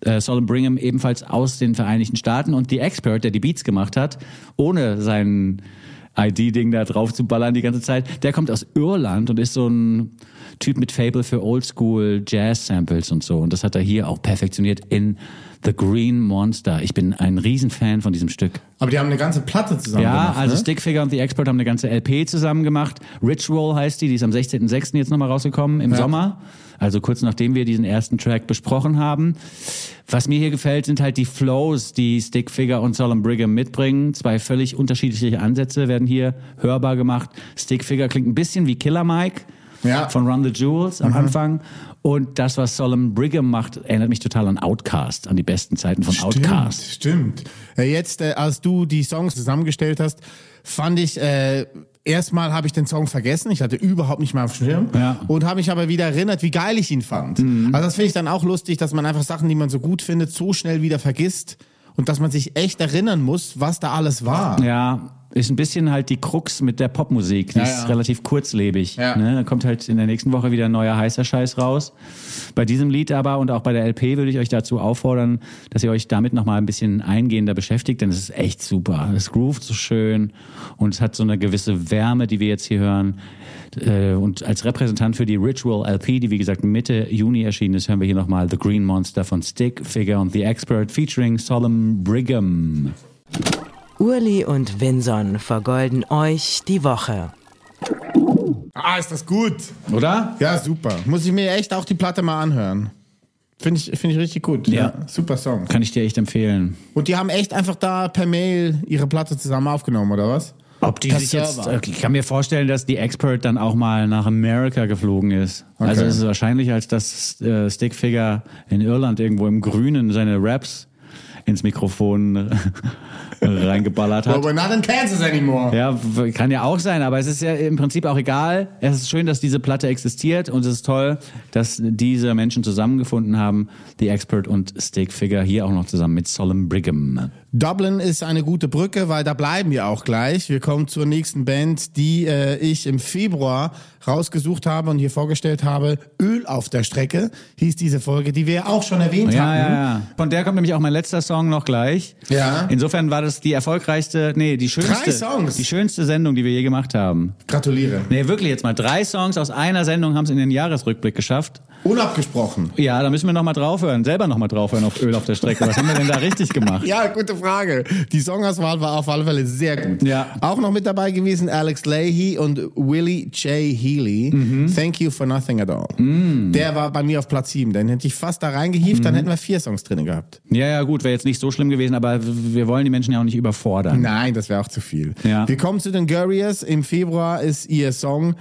Äh, Solomon Brigham ebenfalls aus den Vereinigten Staaten. Und The Expert, der die Beats gemacht hat, ohne sein ID-Ding da drauf zu ballern die ganze Zeit, der kommt aus Irland und ist so ein Typ mit Fable für Oldschool Jazz-Samples und so. Und das hat er hier auch perfektioniert in The Green Monster. Ich bin ein Riesenfan von diesem Stück. Aber die haben eine ganze Platte zusammen Ja, gemacht, also ne? Stick Figure und The Expert haben eine ganze LP zusammen gemacht. Ritual heißt die, die ist am 16.06. jetzt nochmal rausgekommen im Sommer. Also kurz nachdem wir diesen ersten Track besprochen haben. Was mir hier gefällt, sind halt die Flows, die Stick Figure und Solemn Brigham mitbringen. Zwei völlig unterschiedliche Ansätze werden hier hörbar gemacht. Stick Figure klingt ein bisschen wie Killer Mike. Ja. Mhm. Von Run the Jewels am Anfang. Und das, was Solemn Brigham macht, erinnert mich total an Outcast, an die besten Zeiten von Outcast. Stimmt. stimmt. Äh, Jetzt, äh, als du die Songs zusammengestellt hast, fand ich, äh, erstmal habe ich den Song vergessen. Ich hatte überhaupt nicht mehr auf dem Schirm. Ja. Mhm. Und habe mich aber wieder erinnert, wie geil ich ihn fand. Also das finde ich dann auch lustig, dass man einfach Sachen, die man so gut findet, so schnell wieder vergisst. Und dass man sich echt erinnern muss, was da alles war. Ja, ist ein bisschen halt die Krux mit der Popmusik. Die Ja, ist ja. relativ kurzlebig. Ja. Ne? Da kommt halt in der nächsten Woche wieder ein neuer heißer Scheiß raus. Bei diesem Lied aber und auch bei der LP würde ich euch dazu auffordern, dass ihr euch damit nochmal ein bisschen eingehender beschäftigt, denn es ist echt super. Es groovt so schön und es hat so eine gewisse Wärme, die wir jetzt hier hören. Äh, Und als Repräsentant für die Ritual LP, die wie gesagt Mitte Juni erschienen ist, hören wir hier nochmal The Green Monster von Stick, Figure und The Expert featuring Solemn Brigham. Urli und Vinson vergolden euch die Woche. Ah, ist das gut. Oder? Ja, super. Muss ich mir echt auch die Platte mal anhören. Finde ich, finde ich richtig gut. Ja. Super Song. Kann ich dir echt empfehlen. Und die haben echt einfach da per Mail ihre Platte zusammen aufgenommen, oder was? Ob die Per sich jetzt, äh, Server. ich kann mir vorstellen, dass die Expert dann auch mal nach Amerika geflogen ist. Also es ist wahrscheinlich, als dass äh, Stickfigure in Irland irgendwo im Grünen seine Raps ins Mikrofon <laughs> reingeballert Well, hat. we're not in Kansas anymore. Ja, w- kann ja auch sein, aber es ist ja im Prinzip auch egal. Es ist schön, dass diese Platte existiert und es ist toll, dass diese Menschen zusammengefunden haben, die Expert und Stickfigure hier auch noch zusammen mit Solemn Brigham. Dublin ist eine gute Brücke, weil da bleiben wir auch gleich. Wir kommen zur nächsten Band, die äh, ich im Februar rausgesucht habe und hier vorgestellt habe. Öl auf der Strecke hieß diese Folge, die wir auch schon erwähnt Ja, ja, hatten. ja. Von der kommt nämlich auch mein letzter Song noch gleich. Ja. Insofern war das die erfolgreichste, nee, die schönste, Drei Songs. die schönste Sendung, die wir je gemacht haben. Gratuliere. Nee, wirklich jetzt mal. Drei Songs aus einer Sendung haben es in den Jahresrückblick geschafft. Unabgesprochen. Ja, da müssen wir nochmal draufhören. Selber nochmal draufhören auf Öl auf der Strecke. Was haben wir denn da richtig <laughs> gemacht? Ja, gute Frage. Die Songauswahl war auf alle Fälle sehr gut. Ja. Auch noch mit dabei gewesen Alex Leahy und Willie J. Healy. Thank you for nothing at all. Der war bei mir auf Platz 7. Den hätte ich fast da reingehieft, dann hätten wir vier Songs drin gehabt. Ja, ja, gut, wäre jetzt nicht so schlimm gewesen, aber wir wollen die Menschen ja auch nicht überfordern. Nein, das wäre auch zu viel. Ja. Wir kommen zu den Gurriers. Im Februar ist ihr Song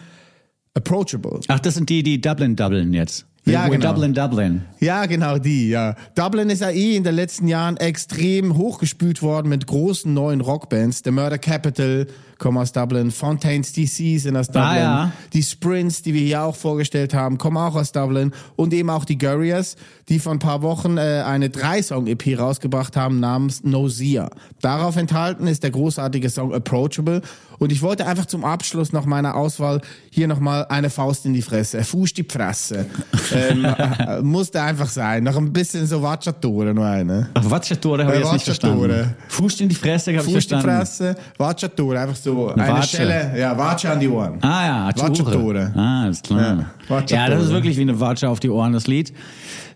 Approachable. Ach, das sind die, die Dublin doublen jetzt. Ja, We're genau. Dublin Dublin. Ja, genau die, ja. Dublin ist ja eh in den letzten Jahren extrem hochgespült worden mit großen neuen Rockbands. The Murder Capital kommen aus Dublin, Fontaine's DC sind aus Dublin, Ah, ja. die Sprints, die wir hier auch vorgestellt haben, kommen auch aus Dublin und eben auch die Gurriers, die vor ein paar Wochen äh, eine Drei-Song-EP rausgebracht haben namens Nausea. Darauf enthalten ist der großartige Song Approachable und ich wollte einfach zum Abschluss noch meiner Auswahl hier nochmal eine Faust in die Fresse, Fuß die <laughs> Fresse. ähm, äh, musste einfach sein, noch ein bisschen so Vacciatore nur eine. Ach, Vacciatore habe Äh, ich jetzt nicht Vacciatore. verstanden. Fuß in die Fresse, habe ich Fuß die verstanden. Fresse, Vacciatore, einfach so eine Watsche. Schelle, ja, Vatsche an die Ohren. Ah ja, Atschure. Vacciatore. Ah, ist klar. Ja, Vacciatore. Ja, das ist wirklich wie eine Watsche auf die Ohren, das Lied.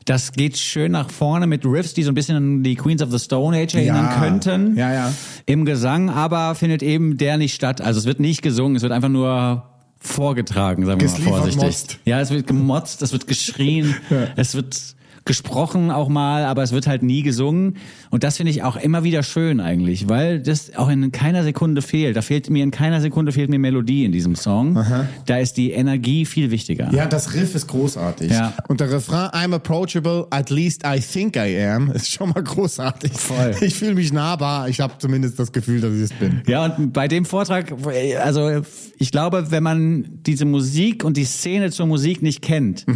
Das geht schön nach vorne mit Riffs, die so ein bisschen an die Queens of the Stone Age erinnern Ja. könnten. Ja, ja. Im Gesang aber findet eben der nicht statt. Also es wird nicht gesungen, es wird einfach nur vorgetragen, sagen wir mal Gesliefert vorsichtig. motzt. Ja, es wird gemotzt, es wird geschrien, es wird gesprochen auch mal, aber es wird halt nie gesungen. Und das finde ich auch immer wieder schön eigentlich, weil das auch in keiner Sekunde fehlt. Da fehlt mir in keiner Sekunde fehlt mir Melodie in diesem Song. Da ist die Energie viel wichtiger. Ja, das Riff ist großartig. Ja. Und der Refrain, I'm approachable, at least I think I am, ist schon mal großartig. Voll. Ich fühle mich nahbar. Ich habe zumindest das Gefühl, dass ich <laughs> es bin. Ja, und bei dem Vortrag, also ich glaube, wenn man diese Musik und die Szene zur Musik nicht kennt,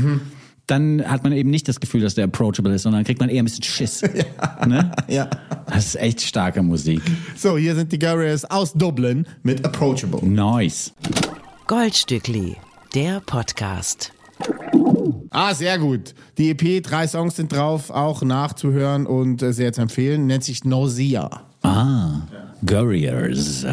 dann hat man eben nicht das Gefühl, dass der approachable ist, sondern kriegt man eher ein bisschen Schiss. Ne? Ja. Das ist echt starke Musik. So, hier sind die Guerrillas aus Dublin mit Approachable. Nice. Goldstückli, der Podcast. Ah, sehr gut. Die EP, drei Songs sind drauf, auch nachzuhören und äh, sehr zu empfehlen. Nennt sich Nausea. Ah, Gurriers.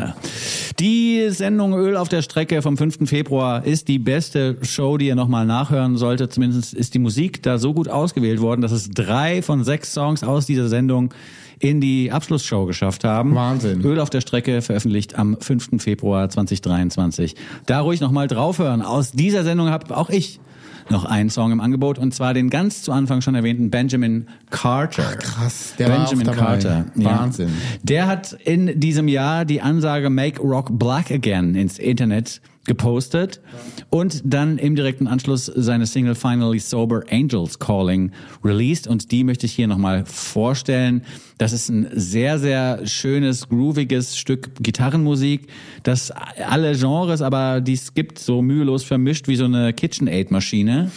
Die Sendung Öl auf der Strecke vom 5. Februar ist die beste Show, die ihr nochmal nachhören solltet. Zumindest ist die Musik da so gut ausgewählt worden, dass es drei von sechs Songs aus dieser Sendung in die Abschlussshow geschafft haben. Wahnsinn. Öl auf der Strecke veröffentlicht am 5. Februar 2023. Da ruhig nochmal draufhören. Aus dieser Sendung habe auch ich noch einen Song im Angebot und zwar den ganz zu Anfang schon erwähnten Benjamin Carter. krass, der war auch Benjamin dabei. Carter. Wahnsinn. Der hat in diesem Jahr die Ansage Make Rock Black Again ins Internet gepostet und dann im direkten Anschluss seine Single Finally Sober Angels Calling released und die möchte ich hier nochmal vorstellen. Das ist ein sehr, sehr schönes, grooviges Stück Gitarrenmusik, das alle Genres, aber die es gibt, so mühelos vermischt wie so eine KitchenAid-Maschine.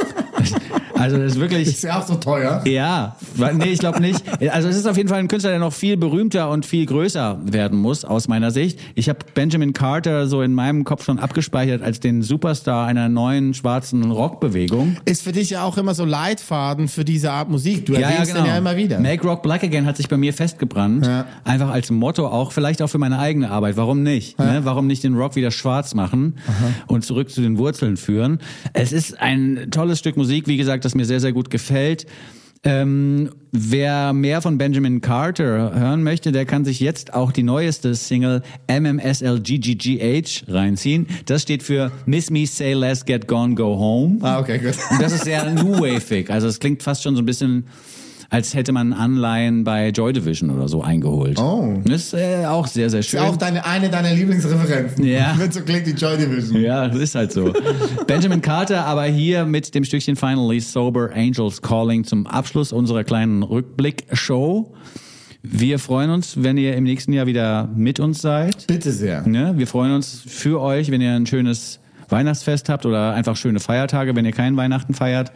<laughs> also das ist wirklich... Ist ja auch so teuer. Ja, wa- nee, ich glaube nicht. Also es ist auf jeden Fall ein Künstler, der noch viel berühmter und viel größer werden muss, aus meiner Sicht. Ich habe Benjamin Carter so in meinem Kopf schon abgespeichert als den Superstar einer neuen schwarzen Rockbewegung. Ist für dich ja auch immer so Leitfaden für diese Art Musik. Du erwähnst genau. den ja immer wieder. Make Rock Black Again hat sich bei mir festgebrannt. Einfach als Motto auch, vielleicht auch für meine eigene Arbeit. Warum nicht? Ne? Warum nicht den Rock wieder schwarz machen und zurück zu den Wurzeln führen? Es ist ein tolles Stück Musik, wie gesagt, das mir sehr, sehr gut gefällt. Ähm, wer mehr von Benjamin Carter hören möchte, der kann sich jetzt auch die neueste Single MMSLGGGH reinziehen. Das steht für Miss Me, Say Less, Get Gone, Go Home. ah, okay, gut. <laughs> Und das ist sehr New Wave-ig. Also es klingt fast schon so ein bisschen, als hätte man Anleihen bei Joy Division oder so eingeholt. Oh. Das ist äh, auch sehr, sehr schön. Ist auch deine, eine deiner Lieblingsreferenzen. <laughs> Ja. Wenn so klingt die Joy Division. ja, das ist halt so. Benjamin Carter aber hier mit dem Stückchen Finally Sober Angels Calling zum Abschluss unserer kleinen Rückblick-Show. Wir freuen uns, wenn ihr im nächsten Jahr wieder mit uns seid. Bitte sehr. Ne? Wir freuen uns für euch, wenn ihr ein schönes Weihnachtsfest habt oder einfach schöne Feiertage, wenn ihr keinen Weihnachten feiert.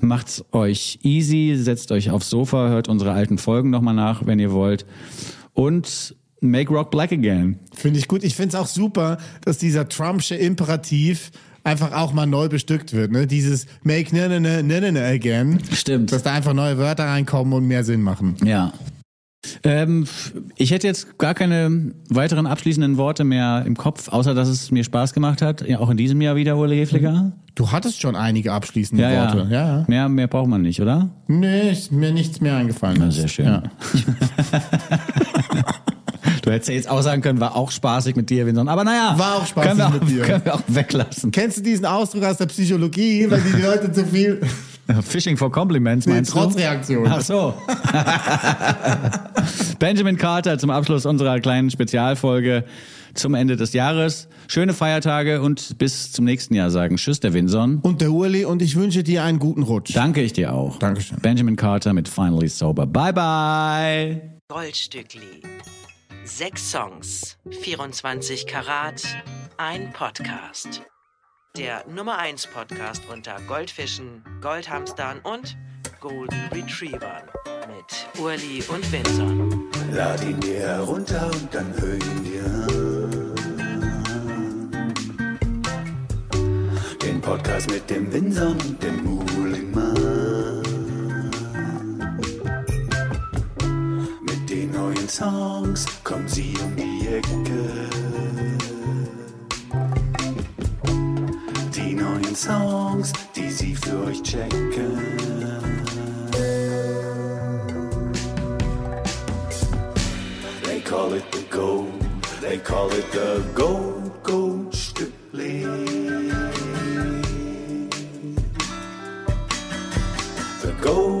Macht's euch easy, setzt euch aufs Sofa, hört unsere alten Folgen nochmal nach, wenn ihr wollt. Und make rock black again. Finde ich gut. Ich finde es auch super, dass dieser Trumpsche Imperativ einfach auch mal neu bestückt wird. Ne? Dieses Make ne ne ne ne ne ne again. Stimmt. Dass da einfach neue Wörter reinkommen und mehr Sinn machen. Ja. Ähm, ich hätte jetzt gar keine weiteren abschließenden Worte mehr im Kopf, außer dass es mir Spaß gemacht hat. Ja, auch in diesem Jahr wieder, Uli Hefliger. Du hattest schon einige abschließende Ja, ja. Mhm. Worte. Ja, ja. Mehr, mehr braucht man nicht, oder? Nee, ist mir nichts mehr eingefallen. Na, sehr schön. Ja. Du hättest ja jetzt auch sagen können, war auch spaßig mit dir, Vincent. Aber naja, War auch spaßig können wir mit auch, dir. Können wir auch weglassen. Kennst du diesen Ausdruck aus der Psychologie, wenn die Leute zu viel Fishing for Compliments, <laughs> Nee, meinst du? Trotzreaktion. Ach so. <laughs> Benjamin Carter zum Abschluss unserer kleinen Spezialfolge zum Ende des Jahres. Schöne Feiertage und bis zum nächsten Jahr sagen. Tschüss, der Vinson. und der Urli und ich wünsche dir einen guten Rutsch. Danke ich dir auch. Dankeschön. Benjamin Carter mit Finally Sober. Bye, bye. Goldstückli. Sechs Songs, 24 Karat, ein Podcast. Der Nummer 1 Podcast unter Goldfischen, Goldhamstern und Golden Retrievern mit Urli und Vincent. Lad ihn dir herunter und dann hör ihn dir an. Den Podcast mit dem Winson und dem Muhlingmann. Mit den neuen Songs kommen sie um die Ecke. Die neuen Songs, die sie für euch checken. They call it the gold. They call it the gold, gold Stückli. League. The Gold